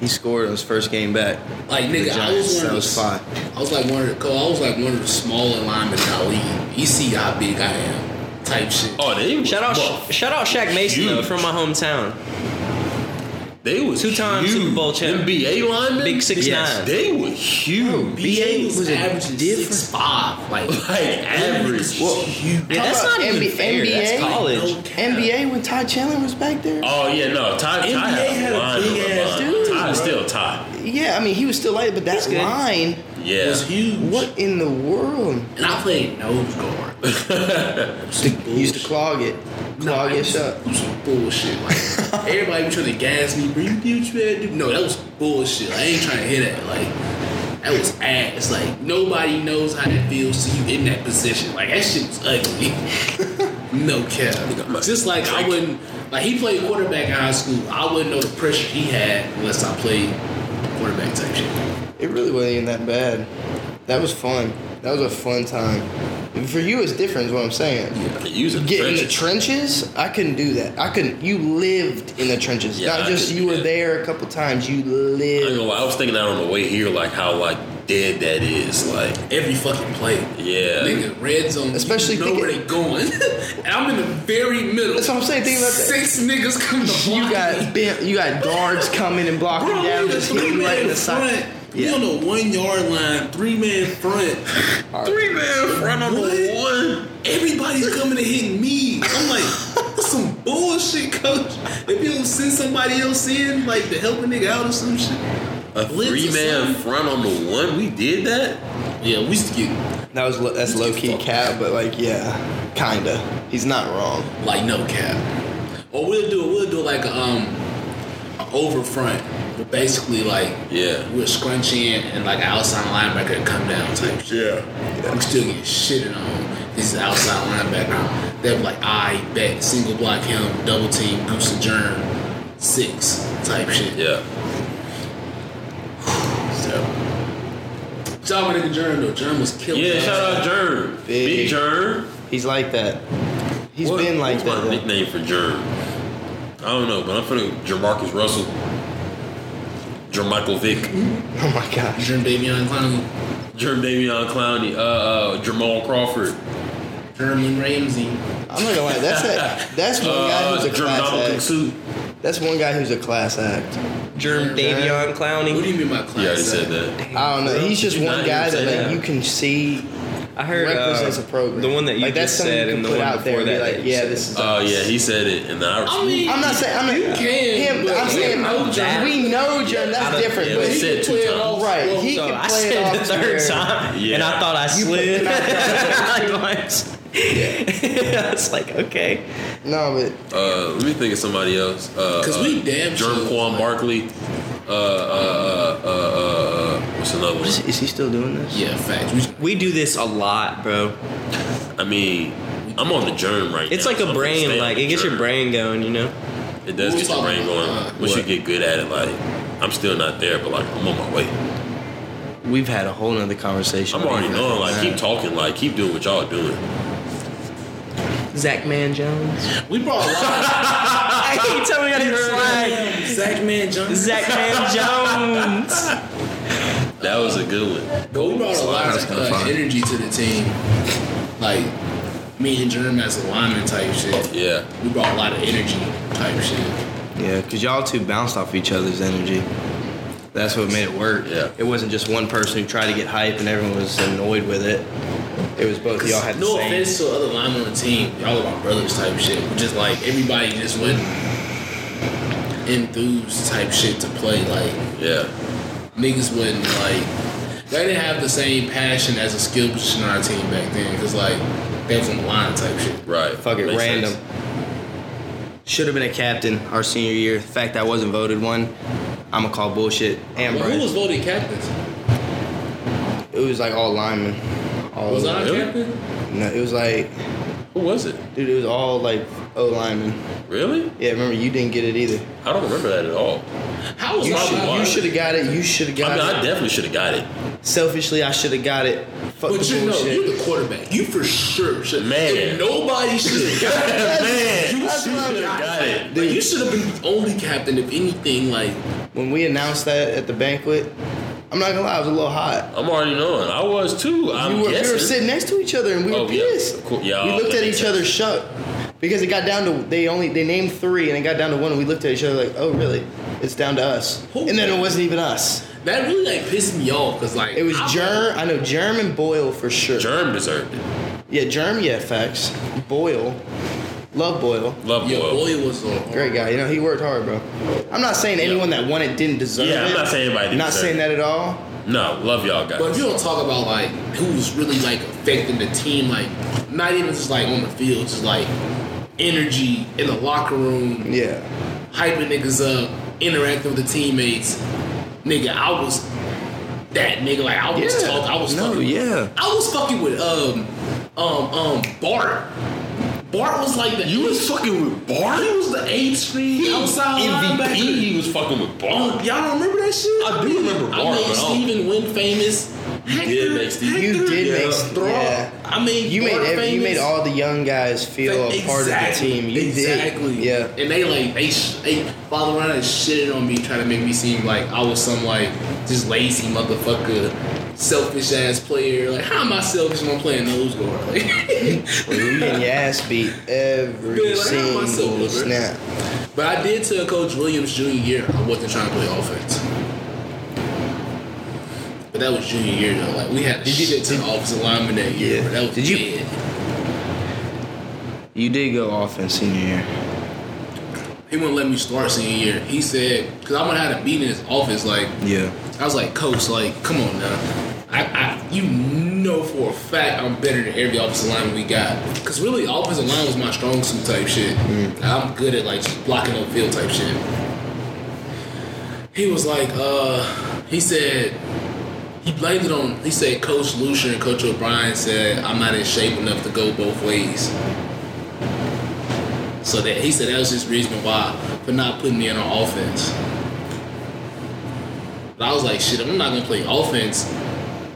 Speaker 4: He scored on his first game back.
Speaker 1: Like
Speaker 4: The
Speaker 1: nigga, I
Speaker 4: Giants.
Speaker 1: was one of
Speaker 4: That
Speaker 1: the,
Speaker 4: was fine.
Speaker 1: I was like one of the co. I was like one of the smaller linemen in our league. You see how big I am, type shit.
Speaker 2: oh they was
Speaker 3: Shout out,
Speaker 2: buff.
Speaker 3: shout out Shaq Mason though,
Speaker 2: Huge.
Speaker 3: from my hometown.
Speaker 2: they was
Speaker 3: Two-time
Speaker 2: huge.
Speaker 3: Super Bowl champ.
Speaker 2: Them BA linemen,
Speaker 3: Big six nine.
Speaker 2: They were huge.
Speaker 1: BA
Speaker 4: was a
Speaker 1: averaging
Speaker 4: different-
Speaker 1: six five, like
Speaker 2: Like average.
Speaker 1: Well,
Speaker 3: Yeah, that's not even
Speaker 6: NBA
Speaker 3: fair. That's college.
Speaker 1: no cap.
Speaker 6: NBA when Ty Chandler was back there.
Speaker 2: Oh yeah, no. Ty,
Speaker 1: NBA
Speaker 2: Ty had
Speaker 1: had a
Speaker 2: a line
Speaker 1: big
Speaker 2: over
Speaker 1: ass
Speaker 2: mine.
Speaker 1: dude,
Speaker 2: Ty is
Speaker 1: bro.
Speaker 2: still Ty.
Speaker 6: Yeah, I mean he was still light, but that
Speaker 3: good.
Speaker 6: line.
Speaker 1: It
Speaker 2: Yeah.
Speaker 1: was huge.
Speaker 6: What in the world?
Speaker 1: And I played nose guard.
Speaker 6: He used to clog it, clog it shut.
Speaker 1: It was bullshit. Like everybody was trying to gas me, bro. You did what you had to do. No, that was bullshit. Like, I ain't trying to hear that. Like that was ass. Like nobody knows how that feels to you in that position. Like that shit was ugly. no cap. Just like I wouldn't. Like he played quarterback in high school. I wouldn't know the pressure he had unless I played quarterback type shit.
Speaker 6: It really wasn't even that bad. That was fun. That was a fun time. For you, it's different. Is what I'm saying.
Speaker 2: You was in the
Speaker 6: Get in the
Speaker 2: trenches.
Speaker 6: trenches. I couldn't do that. I couldn't. You lived in the trenches.
Speaker 2: Yeah,
Speaker 6: Not
Speaker 2: I
Speaker 6: just
Speaker 2: couldn't
Speaker 6: you
Speaker 2: do
Speaker 6: were
Speaker 2: that.
Speaker 6: there a couple times. You
Speaker 2: I ain't
Speaker 6: lived.
Speaker 2: gonna lie, I was thinking that on the way here, like how like dead that is. Like,
Speaker 1: Every fucking play.
Speaker 2: yeah.
Speaker 1: Nigga, red zone.
Speaker 6: Especially
Speaker 1: you know where they
Speaker 6: thinking-
Speaker 1: going. and I'm in the very middle.
Speaker 6: That's what I'm saying. Think about that.
Speaker 1: Six niggas come to block
Speaker 6: You got
Speaker 1: me.
Speaker 6: bent, you got guards coming and blocking
Speaker 1: Bro,
Speaker 6: down,
Speaker 1: we
Speaker 6: just
Speaker 1: a
Speaker 6: hitting you right in the
Speaker 1: three-man
Speaker 6: side.
Speaker 1: front.
Speaker 6: Yeah.
Speaker 1: We on the one yard line, three man front.
Speaker 2: Three man front on the one.
Speaker 1: Everybody's coming to hit me. I'm like, that's some bullshit, coach. If you don't send somebody else in, like to help a nigga out or some shit.
Speaker 2: A
Speaker 1: Blitz
Speaker 2: three
Speaker 1: is
Speaker 2: man
Speaker 1: so-
Speaker 2: front on the one? We did that?
Speaker 1: Yeah, we used to get
Speaker 6: That was lo- that's low key cap, but like yeah, kinda. He's not wrong.
Speaker 1: like no cap. Or we'll do we'll do like a um a over front, but basically like
Speaker 2: Yeah.
Speaker 1: we're scrunching it and like an outside linebacker come down type shit.
Speaker 2: Yeah.
Speaker 1: I'm still getting shitted on. This is outside linebacker. They're like, I bet single block him, double team, goose and germ, six type shit.
Speaker 2: Yeah.
Speaker 1: So shout out my nigga Germ though. Germ was killing.
Speaker 2: Yeah,
Speaker 1: us.
Speaker 2: shout out Germ. Big,
Speaker 6: Big.
Speaker 2: Germ.
Speaker 6: He's like that. He's
Speaker 2: He's
Speaker 6: been like
Speaker 2: What's
Speaker 6: that.
Speaker 2: my
Speaker 6: though.
Speaker 2: nickname for Germ? I don't know, but I'm finna Jermarcus Russell. Jermichael Vick.
Speaker 6: Oh my gosh.
Speaker 1: Germ Davion Clowney,
Speaker 2: Germ Davion Clowney. Uh, uh, Jamal Crawford.
Speaker 1: German Ramsey.
Speaker 6: I'm not gonna lie. That's a, that's one guy
Speaker 2: Uh,
Speaker 6: who's a
Speaker 2: Germ
Speaker 6: class
Speaker 2: Donald
Speaker 6: act.
Speaker 2: Kinsu.
Speaker 6: That's one guy who's a class act.
Speaker 3: Germ Davion
Speaker 1: What do
Speaker 3: Clowney.
Speaker 1: you mean by
Speaker 2: Yeah, I already
Speaker 1: class?
Speaker 2: said that.
Speaker 6: I don't know. He's just
Speaker 2: Did you
Speaker 6: one
Speaker 2: not
Speaker 6: guy
Speaker 2: even
Speaker 6: that
Speaker 2: say
Speaker 6: like
Speaker 2: that?
Speaker 6: you can see
Speaker 3: I heard uh,
Speaker 6: represents a program.
Speaker 3: the one that you
Speaker 6: like, that's
Speaker 3: just
Speaker 6: something
Speaker 3: said
Speaker 6: you can
Speaker 3: and the
Speaker 6: put
Speaker 3: one
Speaker 6: out there
Speaker 3: before
Speaker 6: and be
Speaker 3: that.
Speaker 6: like,
Speaker 3: that you
Speaker 6: yeah,
Speaker 3: said.
Speaker 6: this is.
Speaker 2: Oh yeah, he said it, and I.
Speaker 1: I mean,
Speaker 6: I'm not saying. I'm not.
Speaker 1: You can,
Speaker 6: Him. I'm
Speaker 1: but
Speaker 6: saying
Speaker 1: we know Germ.
Speaker 6: we know Jim.
Speaker 3: I
Speaker 6: That's
Speaker 3: don't-
Speaker 6: different.
Speaker 2: yeah,
Speaker 6: but
Speaker 2: we
Speaker 6: he
Speaker 2: said
Speaker 6: can
Speaker 2: two
Speaker 6: play it
Speaker 2: times.
Speaker 6: off- Right. He
Speaker 3: So
Speaker 6: can
Speaker 3: Oh, I
Speaker 6: play it
Speaker 3: said
Speaker 6: off
Speaker 3: the
Speaker 6: to
Speaker 3: third
Speaker 6: where-
Speaker 3: time,
Speaker 2: Yeah.
Speaker 3: and I thought I
Speaker 6: You put
Speaker 3: slid.
Speaker 6: them out
Speaker 3: like once. it's like okay.
Speaker 6: No, but
Speaker 2: Uh, let me think of somebody else. Because
Speaker 1: 'Cause
Speaker 2: uh,
Speaker 1: we damn
Speaker 2: Jerm
Speaker 1: sure-
Speaker 2: Quan Barkley. Uh, uh, uh, uh, uh, uh, what's another one?
Speaker 6: is he still doing this?
Speaker 1: Yeah, facts. We-
Speaker 3: We do this a lot, bro.
Speaker 2: I mean, I'm on the germ right now.
Speaker 3: It's like
Speaker 2: so
Speaker 3: a
Speaker 2: I'm
Speaker 3: brain,
Speaker 2: staying
Speaker 3: like
Speaker 2: on
Speaker 3: it gets
Speaker 2: Germ.
Speaker 3: your brain going, you know.
Speaker 2: It does
Speaker 1: What
Speaker 2: get
Speaker 1: we
Speaker 2: your brain
Speaker 1: talking
Speaker 2: going.
Speaker 1: about?
Speaker 2: Once you
Speaker 6: What?
Speaker 2: get good at it, like I'm still not there, but like I'm on my way.
Speaker 6: We've had a whole nother conversation.
Speaker 2: I'm already knowing. Like keep talking. Like keep doing what y'all doing.
Speaker 3: Zach Man Jones.
Speaker 1: We brought a lot
Speaker 3: I can't tell me I didn't flag.
Speaker 1: of Zach Man Jones.
Speaker 3: Zach Man Jones.
Speaker 2: That was a good one.
Speaker 1: But we brought a lot
Speaker 6: That's
Speaker 1: of
Speaker 6: kinda
Speaker 1: uh,
Speaker 6: fun.
Speaker 1: energy to the team. Like me and Germ as a lineman type shit.
Speaker 2: Yeah.
Speaker 1: We brought a lot of energy type shit.
Speaker 6: Yeah, because y'all two bounced off each other's energy. That's what made it work.
Speaker 2: Yeah.
Speaker 6: It wasn't just one person who tried to get hype and everyone was annoyed with it. It was both of y'all had the
Speaker 1: no
Speaker 6: same.
Speaker 1: offense to other linemen on the team, y'all are my brothers type shit. We Just like everybody just went enthused type shit to play. Like
Speaker 2: Yeah.
Speaker 1: niggas wouldn't like they didn't have the same passion as a skill position on our team back then because like they was on the line type shit.
Speaker 2: Right.
Speaker 6: Fuck it,
Speaker 2: Makes
Speaker 6: random.
Speaker 2: sense.
Speaker 6: Should have been a captain our senior year. The fact I wasn't voted one, I'ma call bullshit. And
Speaker 1: Well, who
Speaker 6: Brian.
Speaker 1: was voted captains?
Speaker 6: it was like all linemen. All
Speaker 1: Was
Speaker 6: over.
Speaker 1: I a
Speaker 2: Really?
Speaker 1: captain?
Speaker 6: No, it was like,
Speaker 2: Who was it?
Speaker 6: dude, it was all like O linemen.
Speaker 2: Really?
Speaker 6: Yeah, remember you didn't get it either.
Speaker 2: I don't remember that at all.
Speaker 1: How was
Speaker 6: You
Speaker 1: I?
Speaker 2: Probably
Speaker 1: allowed-
Speaker 2: why.
Speaker 6: should, you should have got it. You should have
Speaker 2: I
Speaker 6: got
Speaker 2: mean,
Speaker 6: it.
Speaker 2: I definitely should have got it.
Speaker 6: Selfishly, I should have got it. Fuck
Speaker 1: But
Speaker 6: the
Speaker 1: you know,
Speaker 6: bullshit.
Speaker 1: you're the quarterback. You for sure should.
Speaker 2: Man.
Speaker 1: If nobody should have got it.
Speaker 2: Man, you
Speaker 6: That's
Speaker 2: should
Speaker 6: what I'm-
Speaker 2: have got it.
Speaker 1: Like, you should have been the only captain, if anything. Like,
Speaker 6: when we announced that at the banquet, I'm not gonna lie, I was a little hot.
Speaker 2: I'm already knowing. I was too. I'm
Speaker 6: we, were, we
Speaker 2: guessing.
Speaker 6: were sitting next to each other and we
Speaker 2: Um, Oh,
Speaker 6: were
Speaker 2: yeah,
Speaker 6: pissed.
Speaker 2: of course. Yeah, oh,
Speaker 6: we looked
Speaker 2: that
Speaker 6: at
Speaker 2: makes
Speaker 6: each other shook because it got down to they only they named three and it got down to one and we looked at each other like, oh really? It's down to us.
Speaker 1: Who-
Speaker 6: And then it wasn't even us.
Speaker 1: that really, like, pissed me off. Because, like,
Speaker 6: It was
Speaker 1: I-
Speaker 6: Germ. I know Germ and Boyle for sure.
Speaker 2: Germ deserved it.
Speaker 6: Yeah, Germ. Yeah, facts. Boyle, love Boyle.
Speaker 2: Love
Speaker 1: Your
Speaker 2: Boyle.
Speaker 1: boy was on.
Speaker 6: Great guy. You know, he worked hard, bro. I'm not saying anyone that won it didn't deserve
Speaker 2: Yeah,
Speaker 6: it.
Speaker 2: I'm not saying anybody didn't
Speaker 6: Not
Speaker 2: deserve
Speaker 6: saying
Speaker 2: it.
Speaker 6: that at all.
Speaker 2: No, love y'all guys.
Speaker 1: But if you don't talk about, like, who was really, like, affecting the team, like, not even just, like, on the field, just, like, energy in the locker room,
Speaker 6: Yeah.
Speaker 1: hyping niggas up, interacting with the teammates. Nigga, I was that nigga. Like I was
Speaker 6: Yeah.
Speaker 1: talk, I was
Speaker 6: No,
Speaker 1: fucking.
Speaker 6: yeah.
Speaker 1: I was fucking with um um um Bart. Bart was like the
Speaker 2: You was fucking with Bart?
Speaker 1: He was the eighth string outside
Speaker 2: MVP.
Speaker 1: linebacker.
Speaker 2: He was fucking with
Speaker 1: Oh,
Speaker 2: Bart.
Speaker 1: y'all don't remember that shit?
Speaker 2: I do remember
Speaker 1: I
Speaker 2: Bart,
Speaker 1: made
Speaker 2: but I don't-
Speaker 1: Steven Wynn famous. You
Speaker 2: did make Steven-
Speaker 6: You did make S-
Speaker 1: Throw.
Speaker 6: yeah.
Speaker 1: I mean,
Speaker 6: You made
Speaker 1: Bart
Speaker 6: every,
Speaker 1: famous.
Speaker 6: you made all the young guys feel a part of the
Speaker 1: Exactly.
Speaker 6: team. You
Speaker 1: exactly.
Speaker 6: did, yeah.
Speaker 1: And they like they sh- they follow around and shitted on me, trying to make me seem like I was some like just lazy motherfucker, selfish ass player. Like how am I selfish when I'm playing nose guard? Like,
Speaker 6: You getting your ass beat every
Speaker 1: Man, like, I want
Speaker 6: single
Speaker 1: something, bro.
Speaker 6: snap.
Speaker 1: but I did tell Coach Williams junior year I wasn't trying to play offense. But that was junior year though. Like we had a
Speaker 6: Did you-
Speaker 1: shit to the offensive lineman that year.
Speaker 6: Yeah.
Speaker 1: bro. That was
Speaker 6: Did you-
Speaker 1: dead.
Speaker 6: You did go offense senior year.
Speaker 1: he wouldn't let me start senior year. He said, because I went and had a meeting in his office, like,
Speaker 6: Yeah.
Speaker 1: I was like, Coach, like, come on now. I, I, you know for a fact I'm better than every offensive line we got. Cause really, offensive line was my strong suit type shit. I'm good at like just blocking up field type shit. He was like, uh, he said, he blamed it on. He said Coach Lucian and Coach O'Brien said I'm not in shape enough to go both ways. So that he said that was his reason why for not putting me in on offense. But I was like, shit, if I'm not gonna play offense.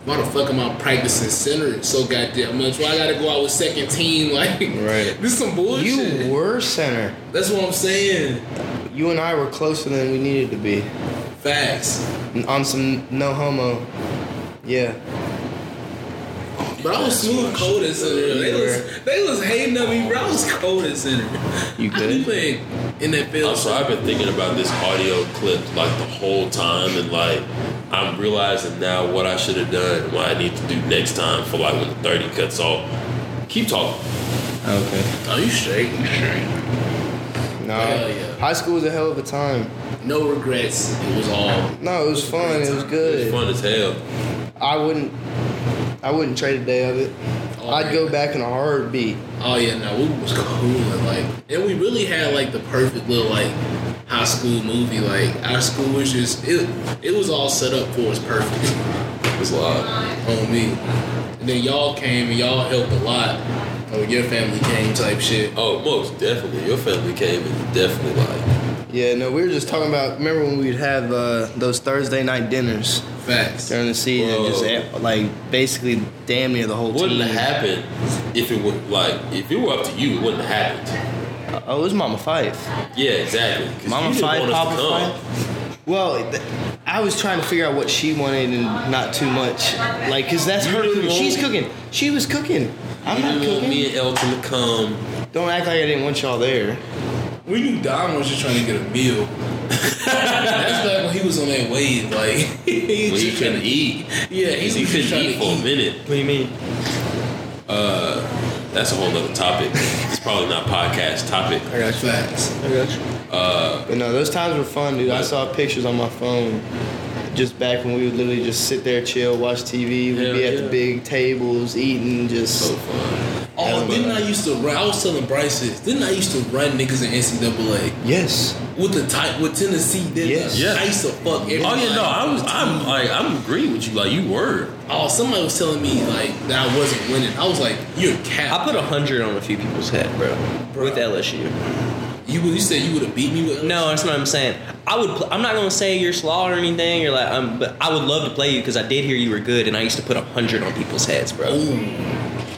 Speaker 1: Why the fuck am I practicing center so goddamn much? Why I gotta go out with second team? Like,
Speaker 6: Right.
Speaker 1: this some bullshit.
Speaker 6: You were center.
Speaker 1: That's what I'm saying.
Speaker 6: You and I were closer than we needed to be.
Speaker 1: Facts.
Speaker 6: N- On some no homo. Yeah.
Speaker 1: But I was smooth cold at center. They was, they was hating on me, bro. I was cold at center.
Speaker 6: You
Speaker 1: I be
Speaker 6: good?
Speaker 1: playing in that field.
Speaker 2: Also, I've been thinking about this audio clip like the whole time, and like I'm realizing now what I should have done and what I need to do next time for like when the 30 cuts off. Keep talking.
Speaker 6: Okay.
Speaker 1: Are you straight?
Speaker 6: No.
Speaker 1: Hell yeah.
Speaker 6: High school was a hell of a time.
Speaker 1: No regrets. It was all.
Speaker 6: No, it was fun. It was
Speaker 2: It's
Speaker 6: good.
Speaker 2: fun as hell.
Speaker 6: I wouldn't. I wouldn't trade a day of it.
Speaker 1: Oh,
Speaker 6: I'd
Speaker 1: man.
Speaker 6: go back in a heartbeat.
Speaker 1: Oh yeah, no, we was cool and like, and we really had like the perfect little like high school movie. Like our school was just it. It was all set up for us perfect.
Speaker 2: It was live.
Speaker 1: on me. And then y'all came and y'all helped a lot. Or your family came type shit.
Speaker 2: Oh, most definitely. Your family came and definitely like
Speaker 6: Yeah, no, we were just talking about. Remember when we'd have uh, those Thursday night dinners
Speaker 1: Facts.
Speaker 6: during the season?
Speaker 2: Whoa.
Speaker 6: Just at, like basically damn near the whole
Speaker 2: wouldn't
Speaker 6: team.
Speaker 2: have happened if it would like if it were up to you, it wouldn't have happened.
Speaker 6: Oh, it was Mama Fife.
Speaker 2: Yeah, exactly. 'Cause you
Speaker 6: Mama
Speaker 2: didn't
Speaker 6: Fife,
Speaker 2: want us to
Speaker 6: Papa
Speaker 2: come.
Speaker 6: Fife. Well, th- I was trying to figure out what she wanted and not too much. Like, cause that's
Speaker 2: You
Speaker 6: her.
Speaker 2: didn't
Speaker 6: cooking.
Speaker 2: want-
Speaker 6: She's cooking. She was cooking. I'm
Speaker 2: You
Speaker 6: not
Speaker 2: didn't want
Speaker 6: cooking.
Speaker 2: me and Elton to come.
Speaker 6: Don't act like I didn't want y'all there.
Speaker 1: We knew Don was just trying to get a meal. That's back when he was on that wave, like he
Speaker 2: Well,
Speaker 1: was
Speaker 2: he
Speaker 1: just trying
Speaker 2: couldn't
Speaker 1: to
Speaker 2: eat.
Speaker 1: Yeah, he
Speaker 2: He
Speaker 1: was just
Speaker 2: couldn't
Speaker 1: trying
Speaker 2: eat
Speaker 1: to
Speaker 2: for a
Speaker 1: eat.
Speaker 2: minute. Uh,
Speaker 6: What do you mean?
Speaker 2: That's a whole nother topic. It's probably not podcast topic.
Speaker 6: I got you.
Speaker 1: Facts. Uh,
Speaker 6: I got you. but no, those times were fun, dude. I saw pictures on my phone just back when we would literally just sit there, chill, watch TV. We'd
Speaker 2: Hell
Speaker 6: be at
Speaker 2: yeah.
Speaker 6: the big tables, eating, just.
Speaker 2: So fun.
Speaker 1: Oh, didn't I used to run? I was telling Bryce this. Didn't I used to run niggas in NCAA
Speaker 6: Yes.
Speaker 1: with the type with Tennessee? Didn't
Speaker 6: Yes.
Speaker 1: I?
Speaker 2: Yeah.
Speaker 1: I used to fuck. Everybody.
Speaker 2: Oh yeah, no, I was, I'm like, I'm agreeing with you. Like you were.
Speaker 1: Oh, somebody was telling me like that I wasn't winning. I was like, you're cap.
Speaker 3: I put a hundred on a few people's head, bro, with LSU.
Speaker 1: you. would- You said you would have beat me with
Speaker 3: No, that's not what I'm saying. I would. Pl- I'm not gonna say you're slaw or anything. You're like, um, but I would love to play you because I did hear you were good, and I used to put a hundred on people's heads, bro.
Speaker 1: Ooh.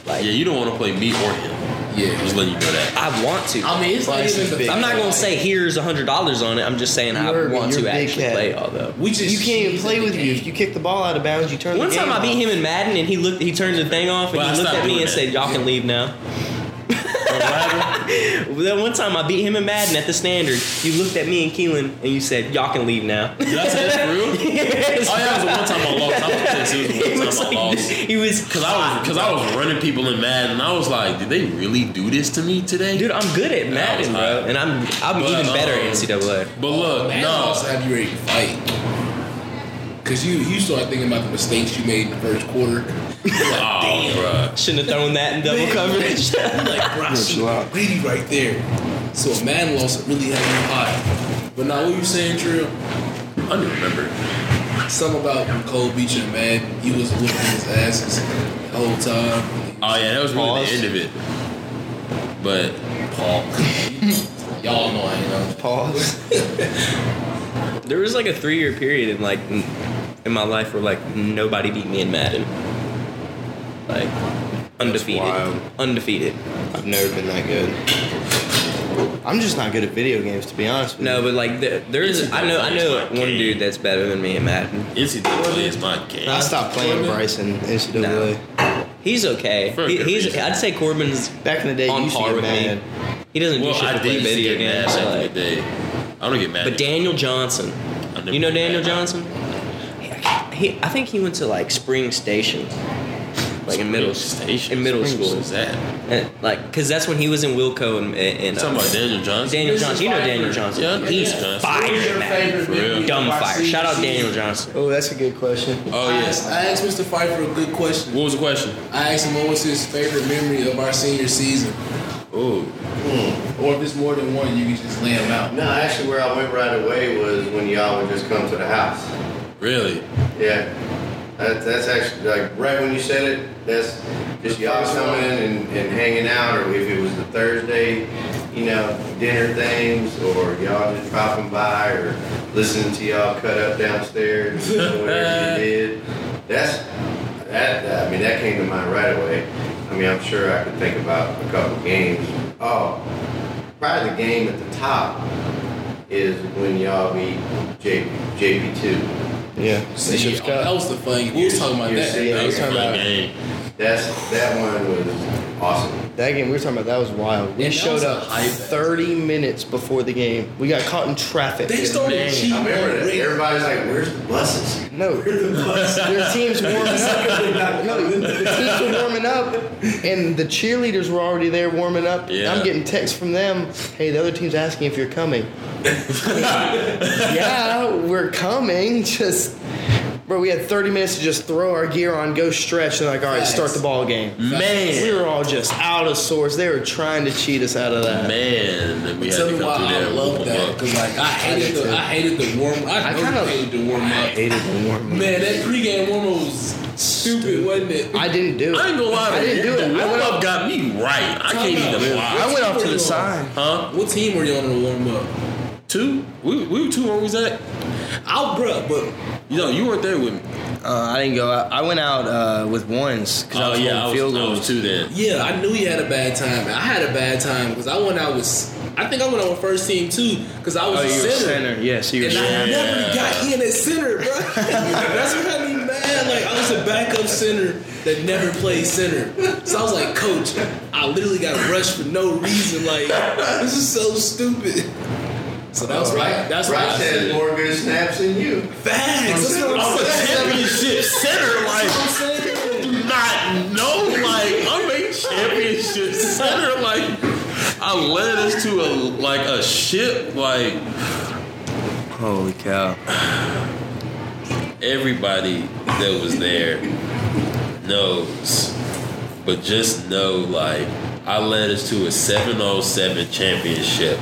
Speaker 3: Like,
Speaker 2: Yeah, you don't want to play me or him.
Speaker 1: Yeah.
Speaker 2: Just letting you know that.
Speaker 3: I want to.
Speaker 1: I mean, it's not
Speaker 6: Bryce is
Speaker 1: even the
Speaker 6: big.
Speaker 3: I'm not gonna say here's a hundred dollars on it. I'm just saying I
Speaker 6: You're-
Speaker 3: want
Speaker 6: you're
Speaker 3: to
Speaker 6: a big
Speaker 3: actually
Speaker 6: cat.
Speaker 3: play. Although
Speaker 1: We just
Speaker 6: You can't even
Speaker 1: cheesed
Speaker 6: play
Speaker 1: at the
Speaker 6: with you. If
Speaker 1: game.
Speaker 6: you kick the ball out of bounds, you turn
Speaker 3: one
Speaker 6: the
Speaker 3: time
Speaker 6: game
Speaker 3: I beat
Speaker 6: off.
Speaker 3: him in Madden, and he looked. He turned the thing off, and
Speaker 2: But I
Speaker 3: he looked
Speaker 2: stopped
Speaker 3: at me
Speaker 2: doing
Speaker 3: and
Speaker 2: that.
Speaker 3: said, "Y'all can leave now." Then one time I beat him in Madden at the standard. You looked at me and Keelan, and you said, "Y'all can leave now."
Speaker 2: Did I say that's real?
Speaker 3: Yes.
Speaker 2: Oh yeah, it was the one time I lost. I was pissed. It
Speaker 3: He
Speaker 2: was
Speaker 3: was
Speaker 2: the one
Speaker 3: like,
Speaker 2: time I lost.
Speaker 3: he was
Speaker 2: Cause I was, cause I was running people in Madden, and I was like, did they really do this to me today?
Speaker 3: Dude, I'm good at
Speaker 2: I was
Speaker 3: Madden,
Speaker 2: hot.
Speaker 3: bro, and I'm I'm
Speaker 2: But,
Speaker 3: even better
Speaker 2: um,
Speaker 3: at NCAA.
Speaker 2: But
Speaker 3: oh,
Speaker 2: look,
Speaker 1: Man, I also
Speaker 2: no,
Speaker 1: have you ready to fight. Cause you you start thinking about the mistakes you made in the first quarter. You're like,
Speaker 2: oh, bruh.
Speaker 3: Shouldn't have thrown that in double coverage.
Speaker 1: I'm like, bro, I should
Speaker 6: chill out.
Speaker 1: be greedy right there. So a man loss really had me hot. But now what you saying, Trill?
Speaker 2: I don't remember.
Speaker 1: Something about when Cole beat you in Madden. You was whooping his asses the whole time.
Speaker 2: Oh yeah, that was really
Speaker 6: Pause.
Speaker 2: the end of it. But
Speaker 1: Paul. Y'all know I ain't know.
Speaker 6: Pause.
Speaker 3: There was like a three year period in like n- in my life where like nobody beat me in Madden. Like undefeated,
Speaker 6: wild.
Speaker 3: undefeated.
Speaker 6: I've never been that good. I'm just not good at video games, to be honest. With
Speaker 3: No, but like there, there is. I know, I know
Speaker 2: It's my
Speaker 3: one
Speaker 2: game.
Speaker 3: dude that's better than me in Madden.
Speaker 2: NCAA is my game.
Speaker 6: you. I stopped playing Bryson NCAA.
Speaker 3: No. He's okay.
Speaker 2: For a
Speaker 3: He-
Speaker 2: good
Speaker 3: he's.
Speaker 2: reason.
Speaker 3: I'd say Corbin's
Speaker 6: Back in the day, you
Speaker 3: on
Speaker 6: used to
Speaker 3: par
Speaker 6: get
Speaker 3: with
Speaker 6: mad.
Speaker 3: me. He doesn't
Speaker 2: Well,
Speaker 3: do shit
Speaker 2: I
Speaker 3: to play
Speaker 2: did used to
Speaker 3: video
Speaker 2: get mad
Speaker 3: games.
Speaker 2: back
Speaker 3: so,
Speaker 2: in the
Speaker 3: like-
Speaker 2: day. I don't get mad.
Speaker 3: But
Speaker 2: anymore.
Speaker 3: Daniel Johnson,
Speaker 2: I never
Speaker 3: you know
Speaker 2: played
Speaker 3: Daniel
Speaker 2: Madden.
Speaker 3: Johnson? He, he, I think he went to like Spring Station. like in middle
Speaker 2: station.
Speaker 3: in middle school.
Speaker 2: Is that?
Speaker 3: And, like, cause that's when he was in Wilco and, and
Speaker 2: You
Speaker 3: uh,
Speaker 2: talking about Daniel Johnson?
Speaker 3: Daniel
Speaker 1: This is
Speaker 3: Johnson. You know
Speaker 1: Pfeiffer.
Speaker 3: Daniel Johnson.
Speaker 2: Yeah, I know
Speaker 3: He's
Speaker 2: Daniel Johnson.
Speaker 7: Who's
Speaker 3: fire,
Speaker 7: your
Speaker 3: man.
Speaker 7: favorite
Speaker 2: real.
Speaker 7: movie
Speaker 3: Dumb
Speaker 7: of
Speaker 3: fire.
Speaker 7: our
Speaker 3: Shout out
Speaker 7: season?
Speaker 3: Daniel Johnson.
Speaker 6: Oh, that's a good question.
Speaker 2: Oh
Speaker 1: I,
Speaker 2: yes.
Speaker 1: asked, I asked Mr. Pfeiffer a good question.
Speaker 2: What was the question?
Speaker 1: I asked him what was his favorite memory of our senior season,
Speaker 2: Oh,
Speaker 1: or if it's more than one, you can just lay them out.
Speaker 7: Hmm. No, actually, where I went right away was when y'all would just come to the house.
Speaker 2: really?
Speaker 7: Yeah, that, that's actually like right when you said it. That's just y'all coming and, and hanging out, or if it was the Thursday, you know, dinner things, or y'all just dropping by, or listening to y'all cut up downstairs, you know, whatever you did. That's that. I mean, that came to mind right away. I mean, I'm sure I could think about a couple games. Oh, probably the game at the top is when y'all beat J, JP2.
Speaker 6: Yeah.
Speaker 1: See,
Speaker 6: Bishop's Cup.
Speaker 1: that was the fun. We was talking about
Speaker 7: You're
Speaker 1: that.
Speaker 7: seeing-
Speaker 1: I was
Speaker 7: you're
Speaker 1: talking about-
Speaker 2: game.
Speaker 7: That's that one was awesome.
Speaker 6: That game we were talking about, that was wild. We
Speaker 1: Yeah, that was
Speaker 6: showed
Speaker 1: a
Speaker 6: up
Speaker 1: hype.
Speaker 6: 30 minutes before the game. We got caught in traffic.
Speaker 1: They started cheating.
Speaker 7: I remember that.
Speaker 1: already.
Speaker 7: Everybody's like, "Where's the buses?"
Speaker 6: No, their teams warming up. No, the teams were warming up, and the cheerleaders were already there warming up.
Speaker 2: Yeah.
Speaker 6: I'm getting texts from them. Hey, the other team's asking if you're coming. yeah, we're coming. Just, bro, we had 30 minutes to just throw our gear on, go stretch, and like, all right, start the ball game. We
Speaker 2: Man,
Speaker 6: were all just out of sorts. They were trying to cheat us out of that.
Speaker 2: man, that we had
Speaker 1: Tell
Speaker 2: to
Speaker 1: me
Speaker 2: come
Speaker 1: why
Speaker 2: through
Speaker 1: I
Speaker 2: there. and
Speaker 1: love
Speaker 2: whoop 'em
Speaker 1: that
Speaker 2: up.
Speaker 1: because like I hated
Speaker 6: did
Speaker 1: the
Speaker 6: too.
Speaker 1: I hated the warm I,
Speaker 6: I
Speaker 1: know
Speaker 6: kinda-
Speaker 1: you hated the warm up.
Speaker 6: hated the warm up.
Speaker 1: Man, that pregame warm up was stupid, wasn't it?
Speaker 6: I didn't do it.
Speaker 2: I ain't gonna lie.
Speaker 6: I didn't do it.
Speaker 2: The
Speaker 6: I
Speaker 2: warm
Speaker 6: went
Speaker 2: up
Speaker 6: up,
Speaker 2: got me right. I can't
Speaker 1: Time out.
Speaker 2: even
Speaker 1: What
Speaker 2: lie.
Speaker 6: I went
Speaker 1: team
Speaker 6: off to
Speaker 1: were
Speaker 6: the
Speaker 1: you on?
Speaker 6: side.
Speaker 2: Huh?
Speaker 1: What team were you on in the warm up?
Speaker 2: Two? We, we were two when we was at.
Speaker 1: I bruh, but
Speaker 2: You know, you weren't there with me.
Speaker 6: Uh, I didn't go out. I went out uh, with ones because I
Speaker 2: Oh
Speaker 6: was
Speaker 2: yeah, I
Speaker 6: holding
Speaker 2: was,
Speaker 6: field
Speaker 2: I
Speaker 6: goals.
Speaker 2: was two then.
Speaker 1: yeah, I knew he had a bad time. I had a bad time because I went out with I think I went out with first team too because I was
Speaker 6: Oh,
Speaker 1: a
Speaker 6: you were
Speaker 1: center.
Speaker 6: center. Yeah, so you were
Speaker 1: And I
Speaker 6: center.
Speaker 2: Yeah.
Speaker 1: never got in at center, bro. That's what had me mad. Like I was a backup center that never played center. So I was like, Coach, I literally got rushed for no reason. Like this is so stupid. So that
Speaker 7: Oh,
Speaker 1: was right. That's
Speaker 7: Rock
Speaker 1: right. I
Speaker 7: has
Speaker 1: said.
Speaker 7: more good snaps than you.
Speaker 1: Facts. That's what
Speaker 2: I'm
Speaker 1: I'm
Speaker 2: a
Speaker 1: saying.
Speaker 2: championship center. Like,
Speaker 1: That's what I'm saying.
Speaker 2: not know. Like, I'm a championship center. Like, I led us to a like a ship. Like,
Speaker 6: Holy cow!
Speaker 2: everybody that was there knows, but just know like I led us to a 707 championship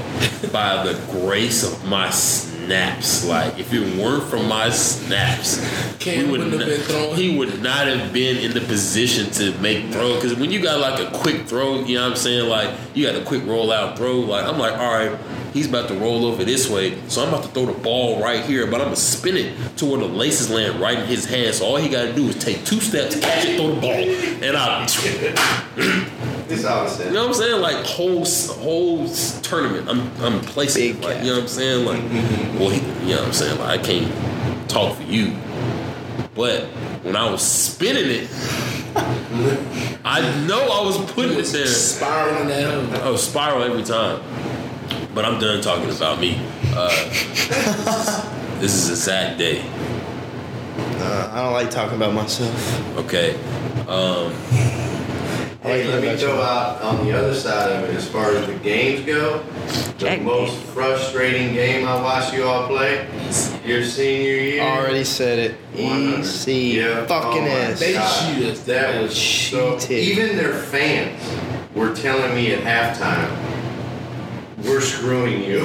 Speaker 2: by the grace of my snaps. Like if it weren't for my snaps,
Speaker 1: Cam wouldn't have been throwing.
Speaker 2: he would not have been in the position to make throw. Because when you got like a quick throw, you know what I'm saying? Like you got a quick roll out throw. Like I'm like, all right, he's about to roll over this way, so I'm about to throw the ball right here, but I'm gonna spin it to where the laces land right in his hand. So all he gotta do is take two steps, catch it, throw the ball, and I.
Speaker 7: This all I said.
Speaker 2: You know what I'm saying? Like whole whole s- tournament, I'm I'm placing.
Speaker 6: Big Mm-hmm.
Speaker 2: it. Like,
Speaker 6: cat.
Speaker 2: you know what I'm saying? Like, well, he- you know what I'm saying? Like, I can't talk for you, but when I was spinning it, I know I was putting it there.
Speaker 1: Spiraling down.
Speaker 2: I was spiral every time. But I'm done talking about me. Uh, this is a sad day.
Speaker 6: Uh, I don't like talking about myself.
Speaker 2: Okay. Um,
Speaker 6: I like
Speaker 7: Hey, let
Speaker 6: hearing
Speaker 7: me
Speaker 6: about you.
Speaker 7: throw out on the other side of it as far as the games go. The
Speaker 3: Jack.
Speaker 7: most frustrating game I watched you all play your senior year.
Speaker 6: Already said it.
Speaker 7: 100.
Speaker 6: EC
Speaker 7: Yeah.
Speaker 6: fucking
Speaker 7: Oh my
Speaker 6: S.
Speaker 1: They
Speaker 7: God.
Speaker 1: cheat us.
Speaker 7: That was so.
Speaker 6: Cheated.
Speaker 7: Even their fans were telling me at halftime, "We're screwing you."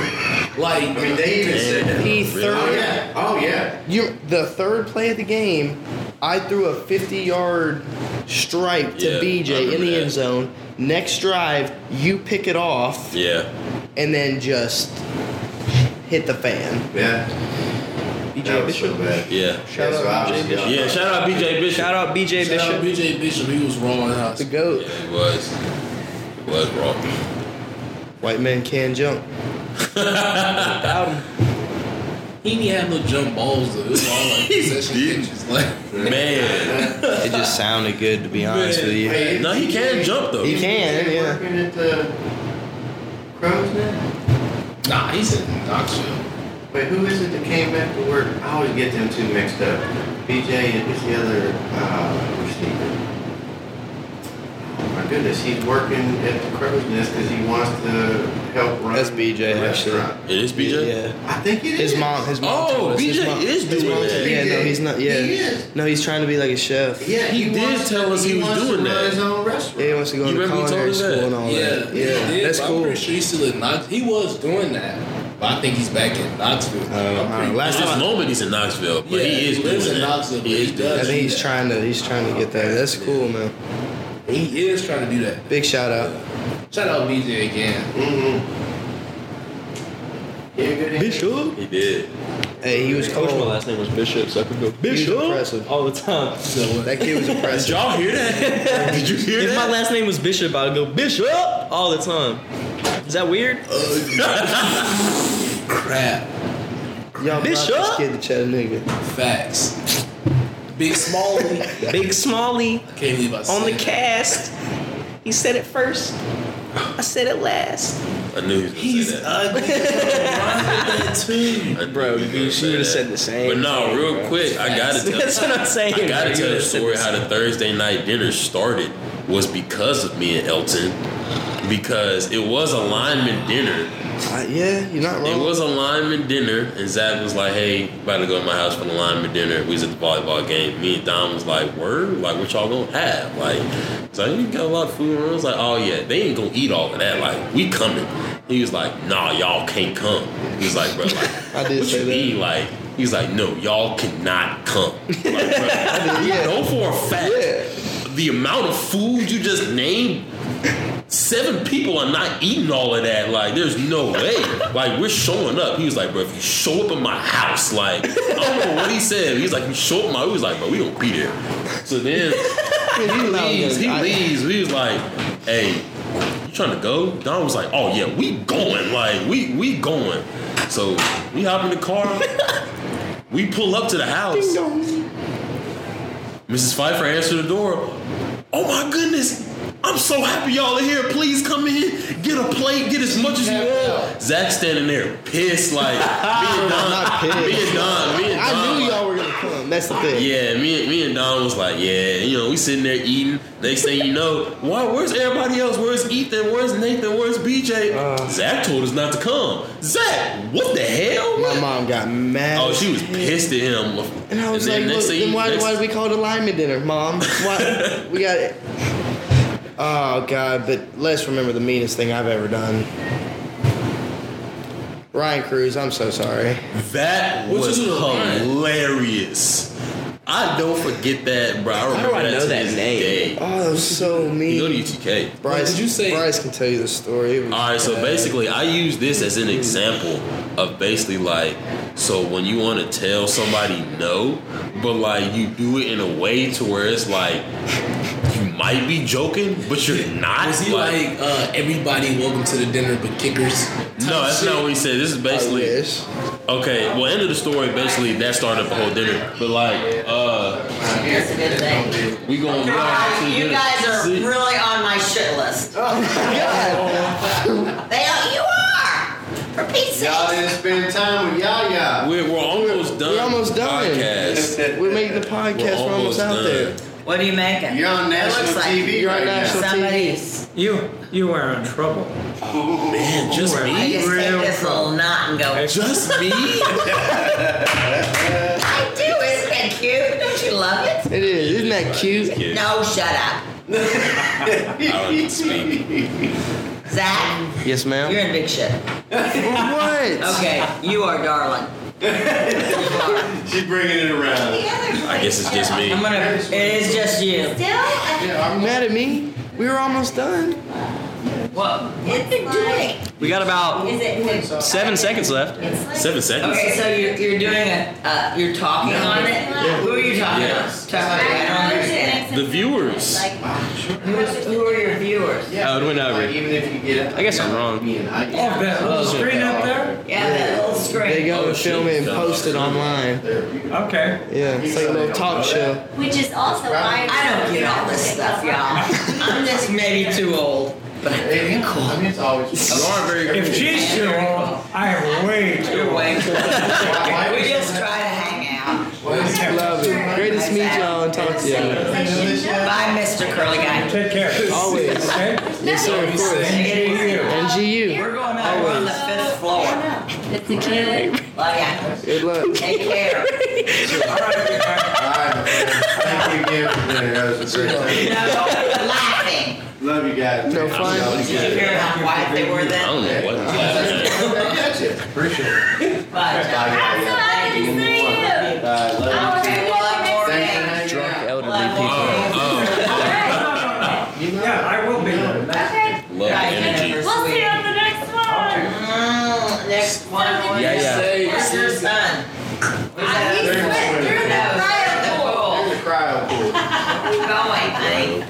Speaker 1: Like
Speaker 7: I mean, they even said that.
Speaker 6: He
Speaker 7: Oh
Speaker 6: third.
Speaker 7: yeah. Oh yeah.
Speaker 6: You the third play of the game, I threw a 50 yard strike to
Speaker 2: Yeah, I
Speaker 6: BJ in
Speaker 2: remember
Speaker 6: the
Speaker 2: that.
Speaker 6: end zone. Next drive, you pick it off
Speaker 2: yeah.
Speaker 6: and then just hit the fan.
Speaker 7: Yeah. That
Speaker 6: BJ
Speaker 7: was so
Speaker 6: Bishop.
Speaker 7: bad.
Speaker 2: Yeah.
Speaker 6: Shout
Speaker 7: yeah, so
Speaker 6: out
Speaker 7: obviously y'all-
Speaker 2: Yeah. Shout out BJ Bishop.
Speaker 3: Shout out BJ
Speaker 1: shout out
Speaker 3: Bishop.
Speaker 1: BJ Bishop. He was raw in house.
Speaker 6: The goat.
Speaker 2: Yeah, it was. It was wrong.
Speaker 6: White man can jump.
Speaker 1: He didn't have no jump balls though. It was all like possession catches. Like
Speaker 2: Man.
Speaker 6: It just sounded good to be honest with you.
Speaker 7: Hey,
Speaker 2: No, he can jump though.
Speaker 6: He
Speaker 7: is
Speaker 6: can,
Speaker 7: BJ
Speaker 6: yeah.
Speaker 7: Working at the Crows now.
Speaker 1: nah, he's in Knoxville.
Speaker 7: Wait, who is it that came back to work? I always get them two mixed up. BJ and who's the other uh, receiver? do this. He's working at the Crow's Nest because he wants to help run.
Speaker 6: That's BJ,
Speaker 7: the
Speaker 6: actually.
Speaker 7: restaurant.
Speaker 2: It is BJ.
Speaker 6: Yeah.
Speaker 7: I think it is.
Speaker 6: His mom, his mom.
Speaker 2: Oh,
Speaker 6: told us. His
Speaker 2: BJ
Speaker 6: mom-
Speaker 2: is
Speaker 6: his
Speaker 2: doing
Speaker 6: mom-
Speaker 2: that.
Speaker 6: Yeah, no,
Speaker 7: He
Speaker 6: he's not.
Speaker 7: is.
Speaker 6: Yeah,
Speaker 7: He is.
Speaker 6: no, he's trying to be like a chef.
Speaker 7: Yeah,
Speaker 2: He did
Speaker 7: wants
Speaker 2: tell
Speaker 7: to-
Speaker 2: us he was
Speaker 7: wants
Speaker 2: doing
Speaker 7: to run
Speaker 2: that.
Speaker 7: His own restaurant.
Speaker 6: Yeah, he wants to go
Speaker 2: You
Speaker 6: into
Speaker 2: remember he told
Speaker 6: culinary
Speaker 2: us
Speaker 6: school
Speaker 2: that?
Speaker 6: and all
Speaker 1: Yeah,
Speaker 6: that. Yeah,
Speaker 1: he did,
Speaker 6: that's
Speaker 1: but I'm
Speaker 6: cool.
Speaker 1: pretty sure he's still in Knox. He was doing that, but I think he's back in Knoxville.
Speaker 6: I don't know.
Speaker 1: I'm pretty-
Speaker 2: At
Speaker 6: Uh, Last
Speaker 2: this
Speaker 6: time,
Speaker 2: moment, he's in Knoxville, but
Speaker 1: Yeah,
Speaker 2: he is
Speaker 1: he
Speaker 2: doing
Speaker 1: lives in
Speaker 2: that.
Speaker 1: Knoxville,
Speaker 2: he
Speaker 1: but
Speaker 2: is
Speaker 1: he
Speaker 6: I
Speaker 1: does.
Speaker 2: doing that.
Speaker 6: think he's trying to he's trying to get there. That's cool, man.
Speaker 1: He is trying to do that.
Speaker 6: Big shout out.
Speaker 1: Shout out BJ again.
Speaker 7: Mm-hmm. Yeah, good answer.
Speaker 4: Bishop.
Speaker 2: He did.
Speaker 6: Hey, he was
Speaker 4: Coach, my
Speaker 6: cool.
Speaker 4: last name was Bishop, so I could go
Speaker 6: He was
Speaker 4: Bishop
Speaker 6: impressive.
Speaker 4: all the time.
Speaker 1: So
Speaker 6: That kid was
Speaker 2: Did
Speaker 6: impressive.
Speaker 2: y'all hear that? Did you hear
Speaker 4: If my
Speaker 2: that?
Speaker 4: last name was Bishop, I'd go Bishop all the time. Is that weird?
Speaker 1: crap
Speaker 6: Y'all brought this
Speaker 4: Bishop?
Speaker 6: kid to Chattanooga.
Speaker 1: facts. Big Smalley.
Speaker 4: Big Smalley
Speaker 1: Can't believe I said
Speaker 4: on the
Speaker 1: that.
Speaker 4: cast. He said it first. I said it last.
Speaker 2: I knew he was gonna
Speaker 1: He's
Speaker 2: say that.
Speaker 1: ugly. that too.
Speaker 2: I knew
Speaker 4: Bro,
Speaker 2: he was
Speaker 4: you
Speaker 2: gonna
Speaker 4: should
Speaker 2: say
Speaker 4: have
Speaker 2: that.
Speaker 4: said the same
Speaker 2: But no,
Speaker 4: thing,
Speaker 2: real
Speaker 4: bro.
Speaker 2: quick, I gotta tell.
Speaker 4: That's what I'm saying.
Speaker 2: I gotta
Speaker 4: bro.
Speaker 2: tell
Speaker 4: You
Speaker 2: the
Speaker 4: said
Speaker 2: story how the Thursday night dinner started was because of me and Elton. Because it was a lineman dinner.
Speaker 6: Uh, yeah, you're not
Speaker 2: It
Speaker 6: wrong.
Speaker 2: was a lineman dinner, and Zach was like, "Hey, about to go to my house for the lineman dinner." We was at the volleyball game. Me and Don was like, "Word, like what y'all gonna have?" Like, so you got a lot of food. And I was like, "Oh yeah, they ain't gonna eat all of that. Like, we coming." He was like, "Nah, y'all can't come." He was like, "Bro, like,
Speaker 6: I did
Speaker 2: what
Speaker 6: say
Speaker 2: you
Speaker 6: that.
Speaker 2: mean?" Like, he's like, "No, y'all cannot come." Like, bro,
Speaker 6: yeah.
Speaker 2: you know for a fact
Speaker 6: Yeah.
Speaker 2: the amount of food you just named seven people are not eating all of that. Like, there's no way. Like, we're showing up. He was like, bro, if you show up in my house, like, I don't know what he said. He was like, you show up in my. He was like, bro, we don't be there. So then he leaves. He leaves. We was like, hey, you trying to go? Don was like, oh yeah, we going. Like, we we going. So we hop in the car. we pull up to the house. Mrs. Pfeiffer answered the door. Oh my goodness. I'm so happy y'all are here. Please come in, get a plate, get as much as you want. Zach standing there, pissed like me and Don.
Speaker 6: Not pissed.
Speaker 2: Me and Don. Me and Don.
Speaker 6: I knew y'all were gonna come. That's the thing.
Speaker 2: Yeah, me, me and Don was like, yeah, you know, we sitting there eating. Next thing you know, why? Where's everybody else? Where's Ethan? Where's Nathan? Where's BJ?
Speaker 6: Uh.
Speaker 2: Zach told us not to come. Zach, what the hell?
Speaker 6: My mom got mad.
Speaker 2: Oh, she was pissed at him.
Speaker 6: And I was
Speaker 2: then
Speaker 6: like,
Speaker 2: next
Speaker 6: look,
Speaker 2: thing
Speaker 6: then
Speaker 2: you-
Speaker 6: why,
Speaker 2: next-
Speaker 6: why did we call it a lineman dinner, Mom? Why, we got it. Oh, God, but let's remember the meanest thing I've ever done. Ryan Cruz, I'm so sorry.
Speaker 2: That
Speaker 1: What
Speaker 2: was
Speaker 1: you do to Ryan?
Speaker 2: hilarious. I don't forget that, bro. I remember
Speaker 3: I
Speaker 2: that
Speaker 3: know
Speaker 2: to
Speaker 3: that
Speaker 2: this
Speaker 3: name?
Speaker 2: day.
Speaker 6: Oh, that was so
Speaker 2: You go to
Speaker 6: mean.
Speaker 2: UTK.
Speaker 6: Bryce,
Speaker 1: Wait, did you say-
Speaker 6: Bryce can tell you the story. It was
Speaker 2: All right, so
Speaker 6: bad.
Speaker 2: basically, I use this as an example of basically like, so when you want to tell somebody no, but like you do it in a way to where it's like you might be joking, but you're not.
Speaker 1: Was he like, uh, everybody welcome to the dinner but kickers?
Speaker 2: no, that's not what he said. This is
Speaker 6: I
Speaker 2: basically
Speaker 6: wish.
Speaker 2: okay. Well, end of the story. Basically, that started the whole dinner. But like, uh,
Speaker 8: That's a good thing.
Speaker 2: we going to
Speaker 8: Guys, you guys are really on my shit list. Oh my god. they are, you are. For Pete's
Speaker 7: Y'all
Speaker 8: sake.
Speaker 7: didn't spend time with Yaya.
Speaker 2: We're, we're almost done.
Speaker 6: We're almost done.
Speaker 2: Podcast.
Speaker 6: We're making the podcast. We're almost, out
Speaker 2: done.
Speaker 6: there.
Speaker 8: What are you making?
Speaker 7: You're on
Speaker 8: It
Speaker 7: national
Speaker 8: looks like
Speaker 7: TV right
Speaker 6: national-
Speaker 7: now.
Speaker 8: Somebody's.
Speaker 9: You you are in trouble.
Speaker 4: Oh,
Speaker 2: Man, just
Speaker 8: I
Speaker 2: me.
Speaker 8: just
Speaker 9: Real
Speaker 8: take this little knot and go.
Speaker 2: Just me.
Speaker 8: I do. Isn't it cute? Don't you love it?
Speaker 6: It is. Isn't that cute?
Speaker 2: Kid,
Speaker 8: No, shut up.
Speaker 2: I don't speak.
Speaker 8: Zach,
Speaker 6: Yes,
Speaker 8: you're
Speaker 6: ma'am.
Speaker 8: in big shit.
Speaker 6: What?
Speaker 8: Okay, you are darling.
Speaker 7: She's bringing it around.
Speaker 2: I guess it's just me.
Speaker 8: I'm gonna. It is just you.
Speaker 7: Yeah, I'm
Speaker 6: Mad at me? We were almost done.
Speaker 8: What? What they doing?
Speaker 4: We got about
Speaker 8: Is it?
Speaker 4: seven seconds left.
Speaker 2: Seven seconds.
Speaker 8: Okay, so you're, you're doing a, uh, you're talking on it? Who are you talking
Speaker 2: Yeah.
Speaker 8: on? Talking about, I don't understand.
Speaker 2: The viewers.
Speaker 8: Who's, who are your viewers?
Speaker 4: Oh, it went over.
Speaker 7: Like, even if you get
Speaker 4: I guess I'm wrong.
Speaker 7: Me and I-
Speaker 9: Oh, that little screen up there.
Speaker 8: Yeah, that little
Speaker 6: They
Speaker 8: screen.
Speaker 6: go
Speaker 2: Oh,
Speaker 6: and film
Speaker 2: shit.
Speaker 6: it and post it online.
Speaker 9: Okay.
Speaker 6: Yeah, it's like a little talk show.
Speaker 10: Which is also why
Speaker 8: I don't get all this stuff, y'all. I'm just maybe too old, but I'm very
Speaker 7: I
Speaker 8: cool.
Speaker 7: mean, it's always.
Speaker 2: You are very
Speaker 9: If she's too old, I am way too
Speaker 8: You're
Speaker 9: old.
Speaker 8: way too
Speaker 7: Why-
Speaker 8: old.
Speaker 7: why-
Speaker 8: We just try to hang out.
Speaker 7: why is it-
Speaker 6: Love it. Great to meet y'all and talk to y'all.
Speaker 8: Bye, Mr. curly guy.
Speaker 9: Take care.
Speaker 6: Always.
Speaker 9: Okay?
Speaker 6: Yes, sir, of course.
Speaker 9: NGU.
Speaker 6: NGU.
Speaker 8: We're going out on the fifth floor.
Speaker 5: It's the kid.
Speaker 8: Love ya.
Speaker 6: Good luck.
Speaker 8: Take care.
Speaker 9: All right, good night.
Speaker 7: All right, my friend. Thank you again for dinner. That was a great
Speaker 8: No
Speaker 7: time.
Speaker 8: laughing.
Speaker 7: Love you guys.
Speaker 6: No,
Speaker 7: Thank
Speaker 6: fine.
Speaker 7: y'all. You
Speaker 8: Did you
Speaker 7: get it.
Speaker 8: hear how quiet they were
Speaker 2: I
Speaker 8: then?
Speaker 2: don't know what the last name.
Speaker 7: That's it. Appreciate it.
Speaker 8: But uh,
Speaker 5: Glad to see you.
Speaker 7: Uh, love you too.
Speaker 8: we'll have more
Speaker 7: Thanks for
Speaker 8: games.
Speaker 7: hanging out.
Speaker 8: We'll
Speaker 2: Oh,
Speaker 8: have more games.
Speaker 9: Yeah,
Speaker 7: You know-
Speaker 9: I will be there.
Speaker 5: Okay,
Speaker 2: Love the
Speaker 8: Guys,
Speaker 2: energy.
Speaker 8: never
Speaker 5: we'll see
Speaker 8: sleep.
Speaker 5: you on the next one.
Speaker 8: Mm, Next one. was-
Speaker 2: Yeah, yeah.
Speaker 8: Where's your son? Who's
Speaker 5: I
Speaker 8: that?
Speaker 5: need to quit. You're
Speaker 8: No,
Speaker 5: the
Speaker 8: at
Speaker 5: riot
Speaker 8: the pool.
Speaker 7: There's a crowd for you.
Speaker 8: Keep going, honey.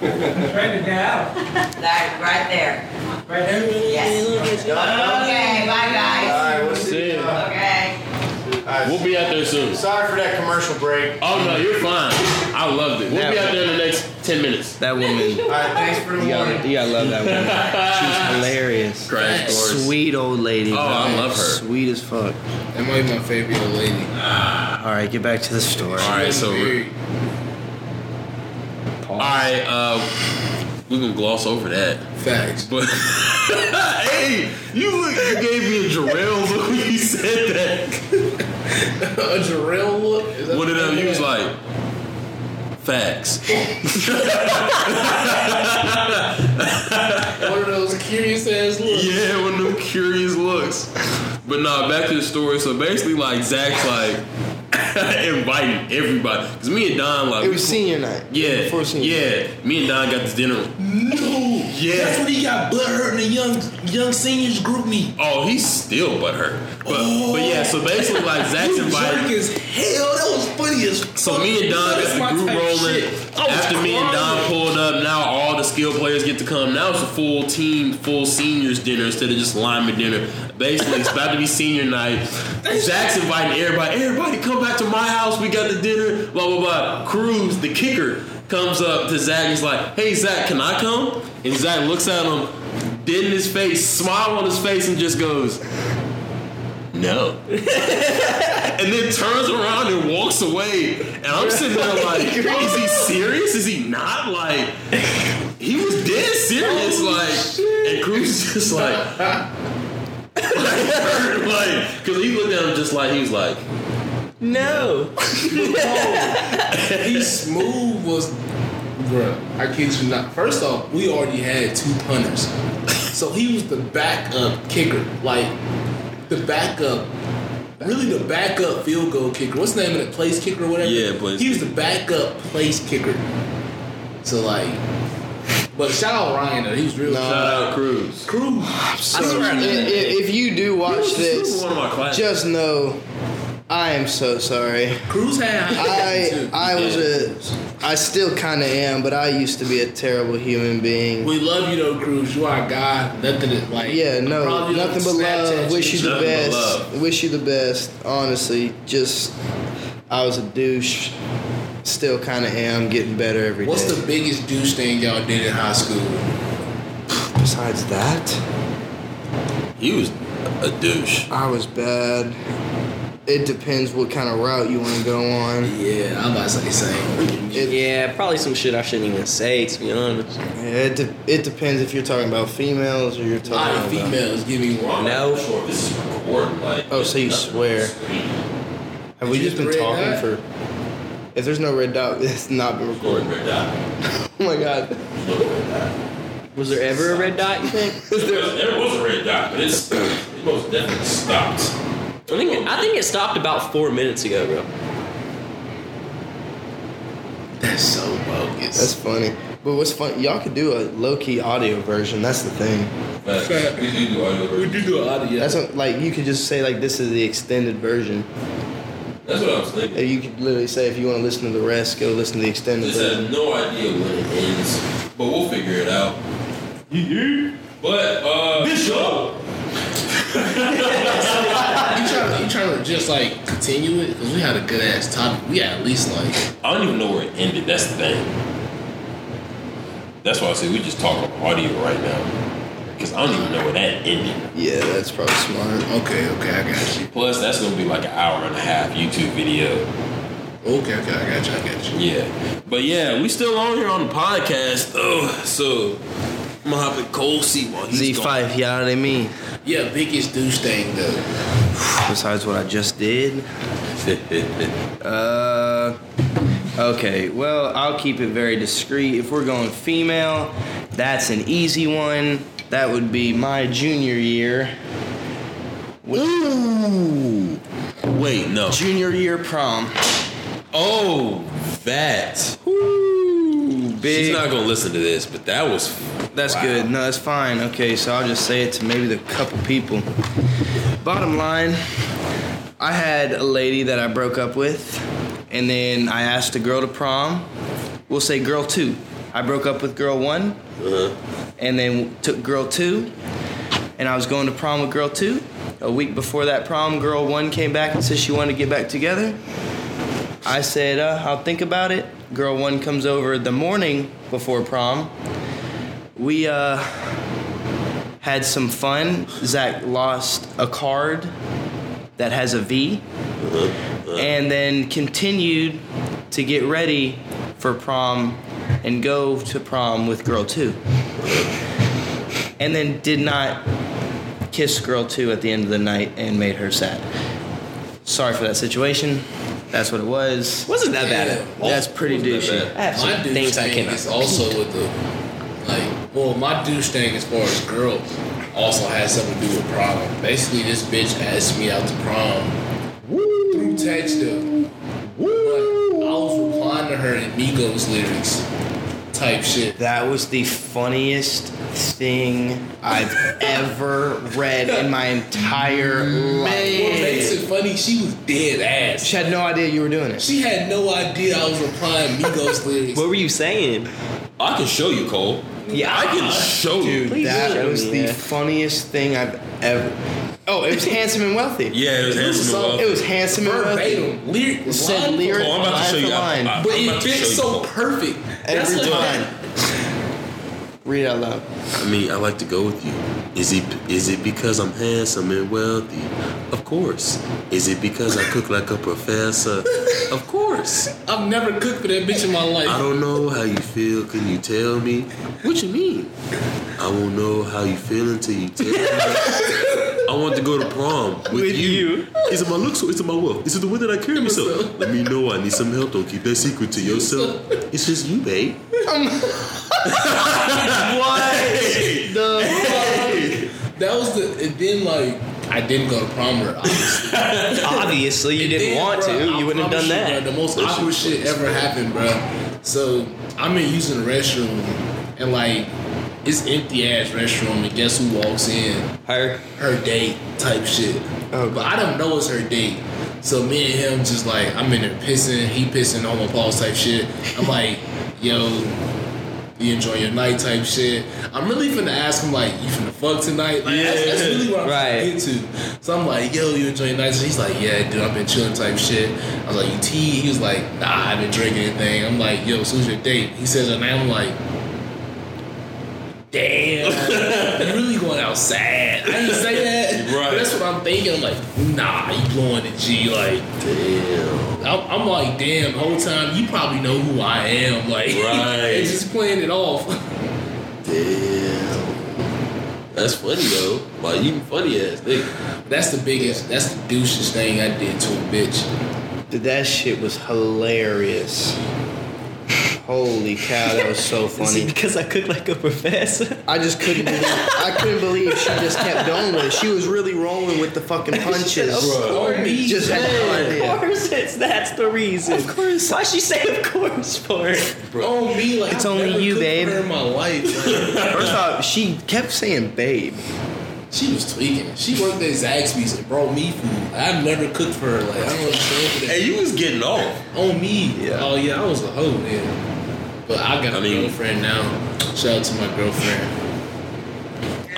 Speaker 9: Trying to get out.
Speaker 8: That, right there.
Speaker 9: Right there.
Speaker 8: Yes. Okay, bye
Speaker 7: All
Speaker 8: guys.
Speaker 7: right, we'll see. you. All
Speaker 8: Okay.
Speaker 2: We'll
Speaker 7: right.
Speaker 2: be out there soon.
Speaker 7: Sorry for that commercial break.
Speaker 2: Oh no, you're fine. I loved it. We'll be out there in the next ten minutes.
Speaker 6: That woman.
Speaker 7: All right, thanks for the
Speaker 6: You
Speaker 7: warning.
Speaker 6: gotta, you gotta love that woman. She's hilarious.
Speaker 2: Crash course.
Speaker 6: Sweet old lady.
Speaker 2: Oh, I love her.
Speaker 6: Sweet as fuck.
Speaker 1: That might be my favorite old lady.
Speaker 6: All right, get back to the story.
Speaker 2: All right, so we're-
Speaker 1: Very-
Speaker 2: all right, uh, we can gloss over that.
Speaker 1: Facts.
Speaker 2: But hey, you look, you gave me a Jarrell look when you said that.
Speaker 1: A Jarrell look? Is that
Speaker 2: One of them, you was
Speaker 1: Yeah.
Speaker 2: like, facts.
Speaker 1: One of those curious ass looks.
Speaker 2: Yeah, one of them curious looks. But nah, back to the story. So basically, like Zach's like inviting everybody because me and Don like
Speaker 6: It
Speaker 2: we
Speaker 6: was
Speaker 2: cool-
Speaker 6: senior night.
Speaker 2: Yeah,
Speaker 6: Before senior night.
Speaker 2: yeah. Me and Don got this dinner.
Speaker 1: No.
Speaker 2: Yeah.
Speaker 1: That's when he got butt hurt in the young young seniors group meet.
Speaker 2: Oh, he's still butthurt. But but yeah, so basically like Zach's
Speaker 1: You jerk
Speaker 2: invited.
Speaker 1: as hell. That was funny as fuck.
Speaker 2: So me and Don
Speaker 1: That's
Speaker 2: got
Speaker 1: my
Speaker 2: the group
Speaker 1: type
Speaker 2: rolling.
Speaker 1: shit. I was
Speaker 2: After me and Don
Speaker 1: crying.
Speaker 2: pulled up, now all the skill players get to come. Now it's a full team, full seniors dinner instead of just lineman dinner. Basically, it's about to be senior night. Zach's inviting everybody. Everybody come back to my house. We got the dinner. Blah blah blah. Cruz, the kicker, comes up to Zach. and He's like, "Hey Zach, can I come?" And Zach looks at him, dead in his face, smile on his face, and just goes, "No." and then turns around and walks away. And I'm sitting there like, is he serious? Is he not? Like, he was dead serious.
Speaker 6: Oh,
Speaker 2: like, and Cruz is just like, like, because he looked at him just like he was like,
Speaker 6: No.
Speaker 1: He smooth was, bruh. I kid you not. First off, we already had two punters, so he was the backup kicker, like the backup, really the backup field goal kicker. What's the name of that place kicker or whatever?
Speaker 2: Yeah, place
Speaker 1: he was the backup place kicker. So like, but shout out Ryan though. He was real.
Speaker 2: shout out Cruz.
Speaker 1: Crew.
Speaker 6: I swear, i- i- if, you do watch
Speaker 2: Cruz
Speaker 6: this,
Speaker 2: was one of my classes.
Speaker 6: just know I am so sorry.
Speaker 1: Cruz had.
Speaker 6: I
Speaker 1: too.
Speaker 6: I was a I still kind of am, but I used to be a terrible human being.
Speaker 1: We love you though, Cruz. You are God. Nothing is like.
Speaker 6: Yeah,
Speaker 1: I'm
Speaker 6: no,
Speaker 1: probably gonna
Speaker 6: nothing but
Speaker 1: Snapchat
Speaker 6: love. Wish you the
Speaker 2: Nothing but
Speaker 6: best.
Speaker 2: love.
Speaker 6: Wish you the best. Honestly, just I was a douche. Still kind of am. Getting better every day.
Speaker 1: What's the biggest douche thing y'all did in high school?
Speaker 6: Besides that,
Speaker 2: He was a douche.
Speaker 6: I was bad. It depends what kind of route you want to go on.
Speaker 1: Yeah, I'm about to say the same.
Speaker 6: It,
Speaker 3: Yeah, probably some shit I shouldn't even say, to be honest.
Speaker 6: Yeah, It, de- it depends if you're talking about females or you're
Speaker 1: A lot
Speaker 6: talking
Speaker 1: of
Speaker 6: about
Speaker 1: females give me one.
Speaker 3: No.
Speaker 2: Sure, this is recording. Like,
Speaker 6: Oh, so you swear. Have we
Speaker 1: Did
Speaker 6: just
Speaker 1: you
Speaker 6: been
Speaker 1: get the
Speaker 6: talking
Speaker 1: red
Speaker 6: for? If there's no red dot, it's not been recorded. Oh my god.
Speaker 3: Was there ever a red dot, you think?
Speaker 6: Is there-
Speaker 2: There was a red dot, but it's it most definitely stopped.
Speaker 3: I think, it, I think it stopped about four minutes ago, bro.
Speaker 1: That's so bogus.
Speaker 6: That's funny. But what's fun? Y'all could do a low key audio version. That's the thing.
Speaker 2: But we do do audio
Speaker 1: we do do an audio.
Speaker 6: That's what, like you could just say like this is the extended version.
Speaker 2: That's what I was thinking.
Speaker 6: And You could literally say if you want to listen to the rest, go listen to the extended
Speaker 2: Just
Speaker 6: version.
Speaker 2: have no idea when it ends, but we'll figure it out. But uh, Bishop,
Speaker 1: you trying to you trying to just like continue it because we had a good ass topic. We had at least like
Speaker 2: I don't even know where it ended. That's the thing. That's why I say we just talk on audio right now, because I don't even know where that ended.
Speaker 6: Yeah, that's probably smart.
Speaker 1: okay, okay, I got you.
Speaker 2: Plus, that's gonna be like an hour and a half YouTube video.
Speaker 1: Okay, okay, I got you, I got you.
Speaker 2: Yeah. But yeah, we still on here on the podcast. Oh, so I'm gonna hop in cold seat while he's gone.
Speaker 6: Z5, you know what I mean?
Speaker 1: Yeah, biggest douche thing though.
Speaker 6: Besides what I just did. Uh, okay, well, I'll keep it very discreet. If we're going female, that's an easy one. That would be my junior year. Ooh!
Speaker 2: Wait, no.
Speaker 6: Junior year prom.
Speaker 2: Oh, that.
Speaker 6: Ooh, big.
Speaker 2: She's not gonna listen to this, but that was.
Speaker 6: That's
Speaker 2: wow.
Speaker 6: good. No, that's fine. Okay, so I'll just say it to maybe the couple people. Bottom line, I had a lady that I broke up with, and then I asked a girl to prom. We'll say girl two. I broke up with girl one, and then took girl two, and I was going to prom with girl two. A week before that prom, girl one came back and said she wanted to get back together. I said, uh, I'll think about it. Girl one comes over the morning before prom. We uh, had some fun. Zach lost a card that has a V, and then continued to get ready for prom and go to prom with girl two. And then did not kiss girl two at the end of the night and made her sad. Sorry for that situation. That's what it was.
Speaker 3: Wasn't that bad at all.
Speaker 6: That's pretty douchey.
Speaker 3: I have some
Speaker 1: my douche
Speaker 3: things I
Speaker 1: thing
Speaker 3: cannot
Speaker 1: is also with the like. Well, my douche thing as far as girls also has something to do with prom. Basically, this bitch asked me out to prom through text, though. But I was replying to her in Migos lyrics type shit.
Speaker 6: That was the funniest thing I've ever read in my entire
Speaker 1: What makes
Speaker 6: life.
Speaker 1: it funny? She was dead ass.
Speaker 6: She had no idea you were doing it.
Speaker 1: She had no idea I was replying Migos lyrics.
Speaker 3: What were you saying?
Speaker 2: I can show you, Cole.
Speaker 3: Yeah, Oh,
Speaker 2: I can show you.
Speaker 6: Dude, that
Speaker 3: show
Speaker 6: was
Speaker 3: me
Speaker 6: the
Speaker 3: that.
Speaker 6: funniest thing I've ever. Oh, it was handsome and wealthy.
Speaker 2: Yeah, it was handsome. and
Speaker 6: It
Speaker 2: wealthy.
Speaker 6: was handsome and wealthy.
Speaker 1: Verbatim, lyric,
Speaker 6: Said
Speaker 1: line for
Speaker 6: lyric
Speaker 2: Cole, I'm about to
Speaker 6: line
Speaker 2: show
Speaker 6: for
Speaker 2: you. I,
Speaker 6: line.
Speaker 2: I,
Speaker 1: But
Speaker 2: I'm about
Speaker 1: it
Speaker 2: to show
Speaker 1: fits
Speaker 2: you,
Speaker 1: so
Speaker 2: Cole.
Speaker 1: perfect. That's
Speaker 6: Every
Speaker 1: what-
Speaker 6: time. Read out loud.
Speaker 2: I mean, I like to go with you. Is it is it because I'm handsome and wealthy? Of course. Is it because I cook like a professor? Of course.
Speaker 1: I've never cooked for that bitch in my life.
Speaker 2: I don't know how you feel. Can you tell me? What you mean? I won't know how you feel until you tell me. I want to go to prom with, you. Is it my looks or is it my wealth? Is it the way that I carry myself? Let me know I need some help. Don't keep that secret to yourself. It's just you, babe.
Speaker 1: That was the. And then like, I didn't go to prom her. Obviously.
Speaker 3: Obviously, you didn't want to. You wouldn't have done that.
Speaker 1: the most awkward shit ever happened, bro. So I'm in using the restroom, and like, it's empty ass restroom, and guess who walks in?
Speaker 3: Her.
Speaker 1: her date type shit. But I don't know it's her date. So me and him just like I'm in there pissing, he pissing on my balls type shit. I'm like, yo, you enjoy your night type shit. I'm really finna ask him like, you finna fuck tonight? Like, that's, that's really what I'm
Speaker 3: Right.
Speaker 1: trying to get to. So I'm like, yo, you enjoy your night? So he's like, yeah, dude, I've been chilling type shit. I was like, you tea? He was like, nah, I haven't drank anything. I'm like, yo, so who's your date? He says her name. I'm like, damn, you really going out sad. I didn't say that.
Speaker 2: Right.
Speaker 1: But that's what I'm thinking. I'm like, nah, you blowing the G. Like, damn. I'm, I'm like, damn, the whole time, you probably know who I am. Like,
Speaker 2: Right.
Speaker 1: it's just playing it off.
Speaker 2: Damn. That's funny though. Like you funny ass nigga.
Speaker 1: That's the biggest, that's the douchest thing I did to a bitch.
Speaker 6: Dude, that shit was hilarious. Holy cow, that was so
Speaker 3: Is it
Speaker 6: funny.
Speaker 3: because I cook like a professor?
Speaker 6: I just couldn't believe I couldn't believe she just kept going with it. She was really rolling with the fucking punches.
Speaker 1: On me.
Speaker 6: Just had no
Speaker 3: Of
Speaker 6: idea.
Speaker 3: course, it's, that's the reason. Of course. Why she say of course for? it?
Speaker 1: on Oh, me. Like,
Speaker 6: It's
Speaker 1: I've
Speaker 6: only
Speaker 1: never
Speaker 6: you,
Speaker 1: cooked for
Speaker 6: babe.
Speaker 1: her in my life. Like,
Speaker 6: First off, she kept saying babe.
Speaker 1: she was tweaking. She worked at Zaxby's and brought me food. I've never cooked for her. Like, I don't understand for that.
Speaker 2: Hey, you was getting off.
Speaker 1: On me. Oh yeah, I was a hoe, man. But I got a
Speaker 2: I mean-
Speaker 1: girlfriend now. Shout out to my girlfriend.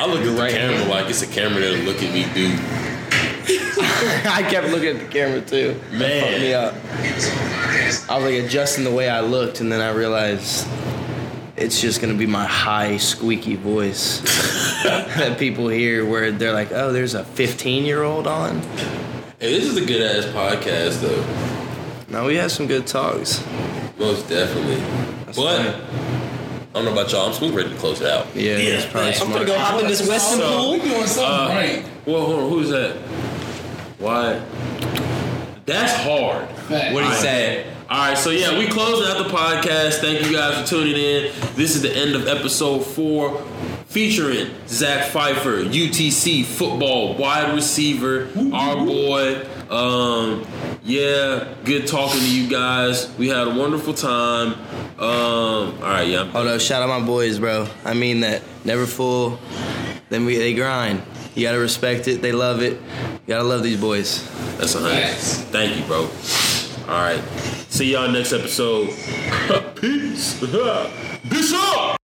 Speaker 2: I look at the camera like it's a camera that'll look at me, dude.
Speaker 6: I kept looking at the camera too.
Speaker 2: Man.
Speaker 6: Fucked me up. I was like adjusting the way I looked, and then I realized it's just gonna be my high, squeaky voice that people hear, where they're like, "Oh, there's a 15 year old on."
Speaker 2: Hey, this is a good ass podcast though.
Speaker 6: No, we had some good talks.
Speaker 2: Most definitely. but
Speaker 6: funny.
Speaker 2: I don't know about y'all. I'm still ready to close it out.
Speaker 6: Yeah, it's probably smart.
Speaker 3: Go hop in this Western
Speaker 2: So-
Speaker 3: pool.
Speaker 2: Uh, Well, hold on. Who's that? Why? That's hard.
Speaker 3: What he
Speaker 2: Alright.
Speaker 3: said.
Speaker 2: All right, so yeah, we closing out the podcast. Thank you guys for tuning in. This is the end of episode four, featuring Zach Pfeiffer, UTC football wide receiver, our boy. Um, yeah, good talking to you guys. We had a wonderful time. Um, all right, yeah, I'm
Speaker 6: Hold up, shout out my boys, bro. I mean that. Never fool. Then we they grind. You gotta respect it. They love it. You gotta love these boys.
Speaker 2: That's a hundred. Thank you, bro. All right. See y'all next episode. Peace. Bishop.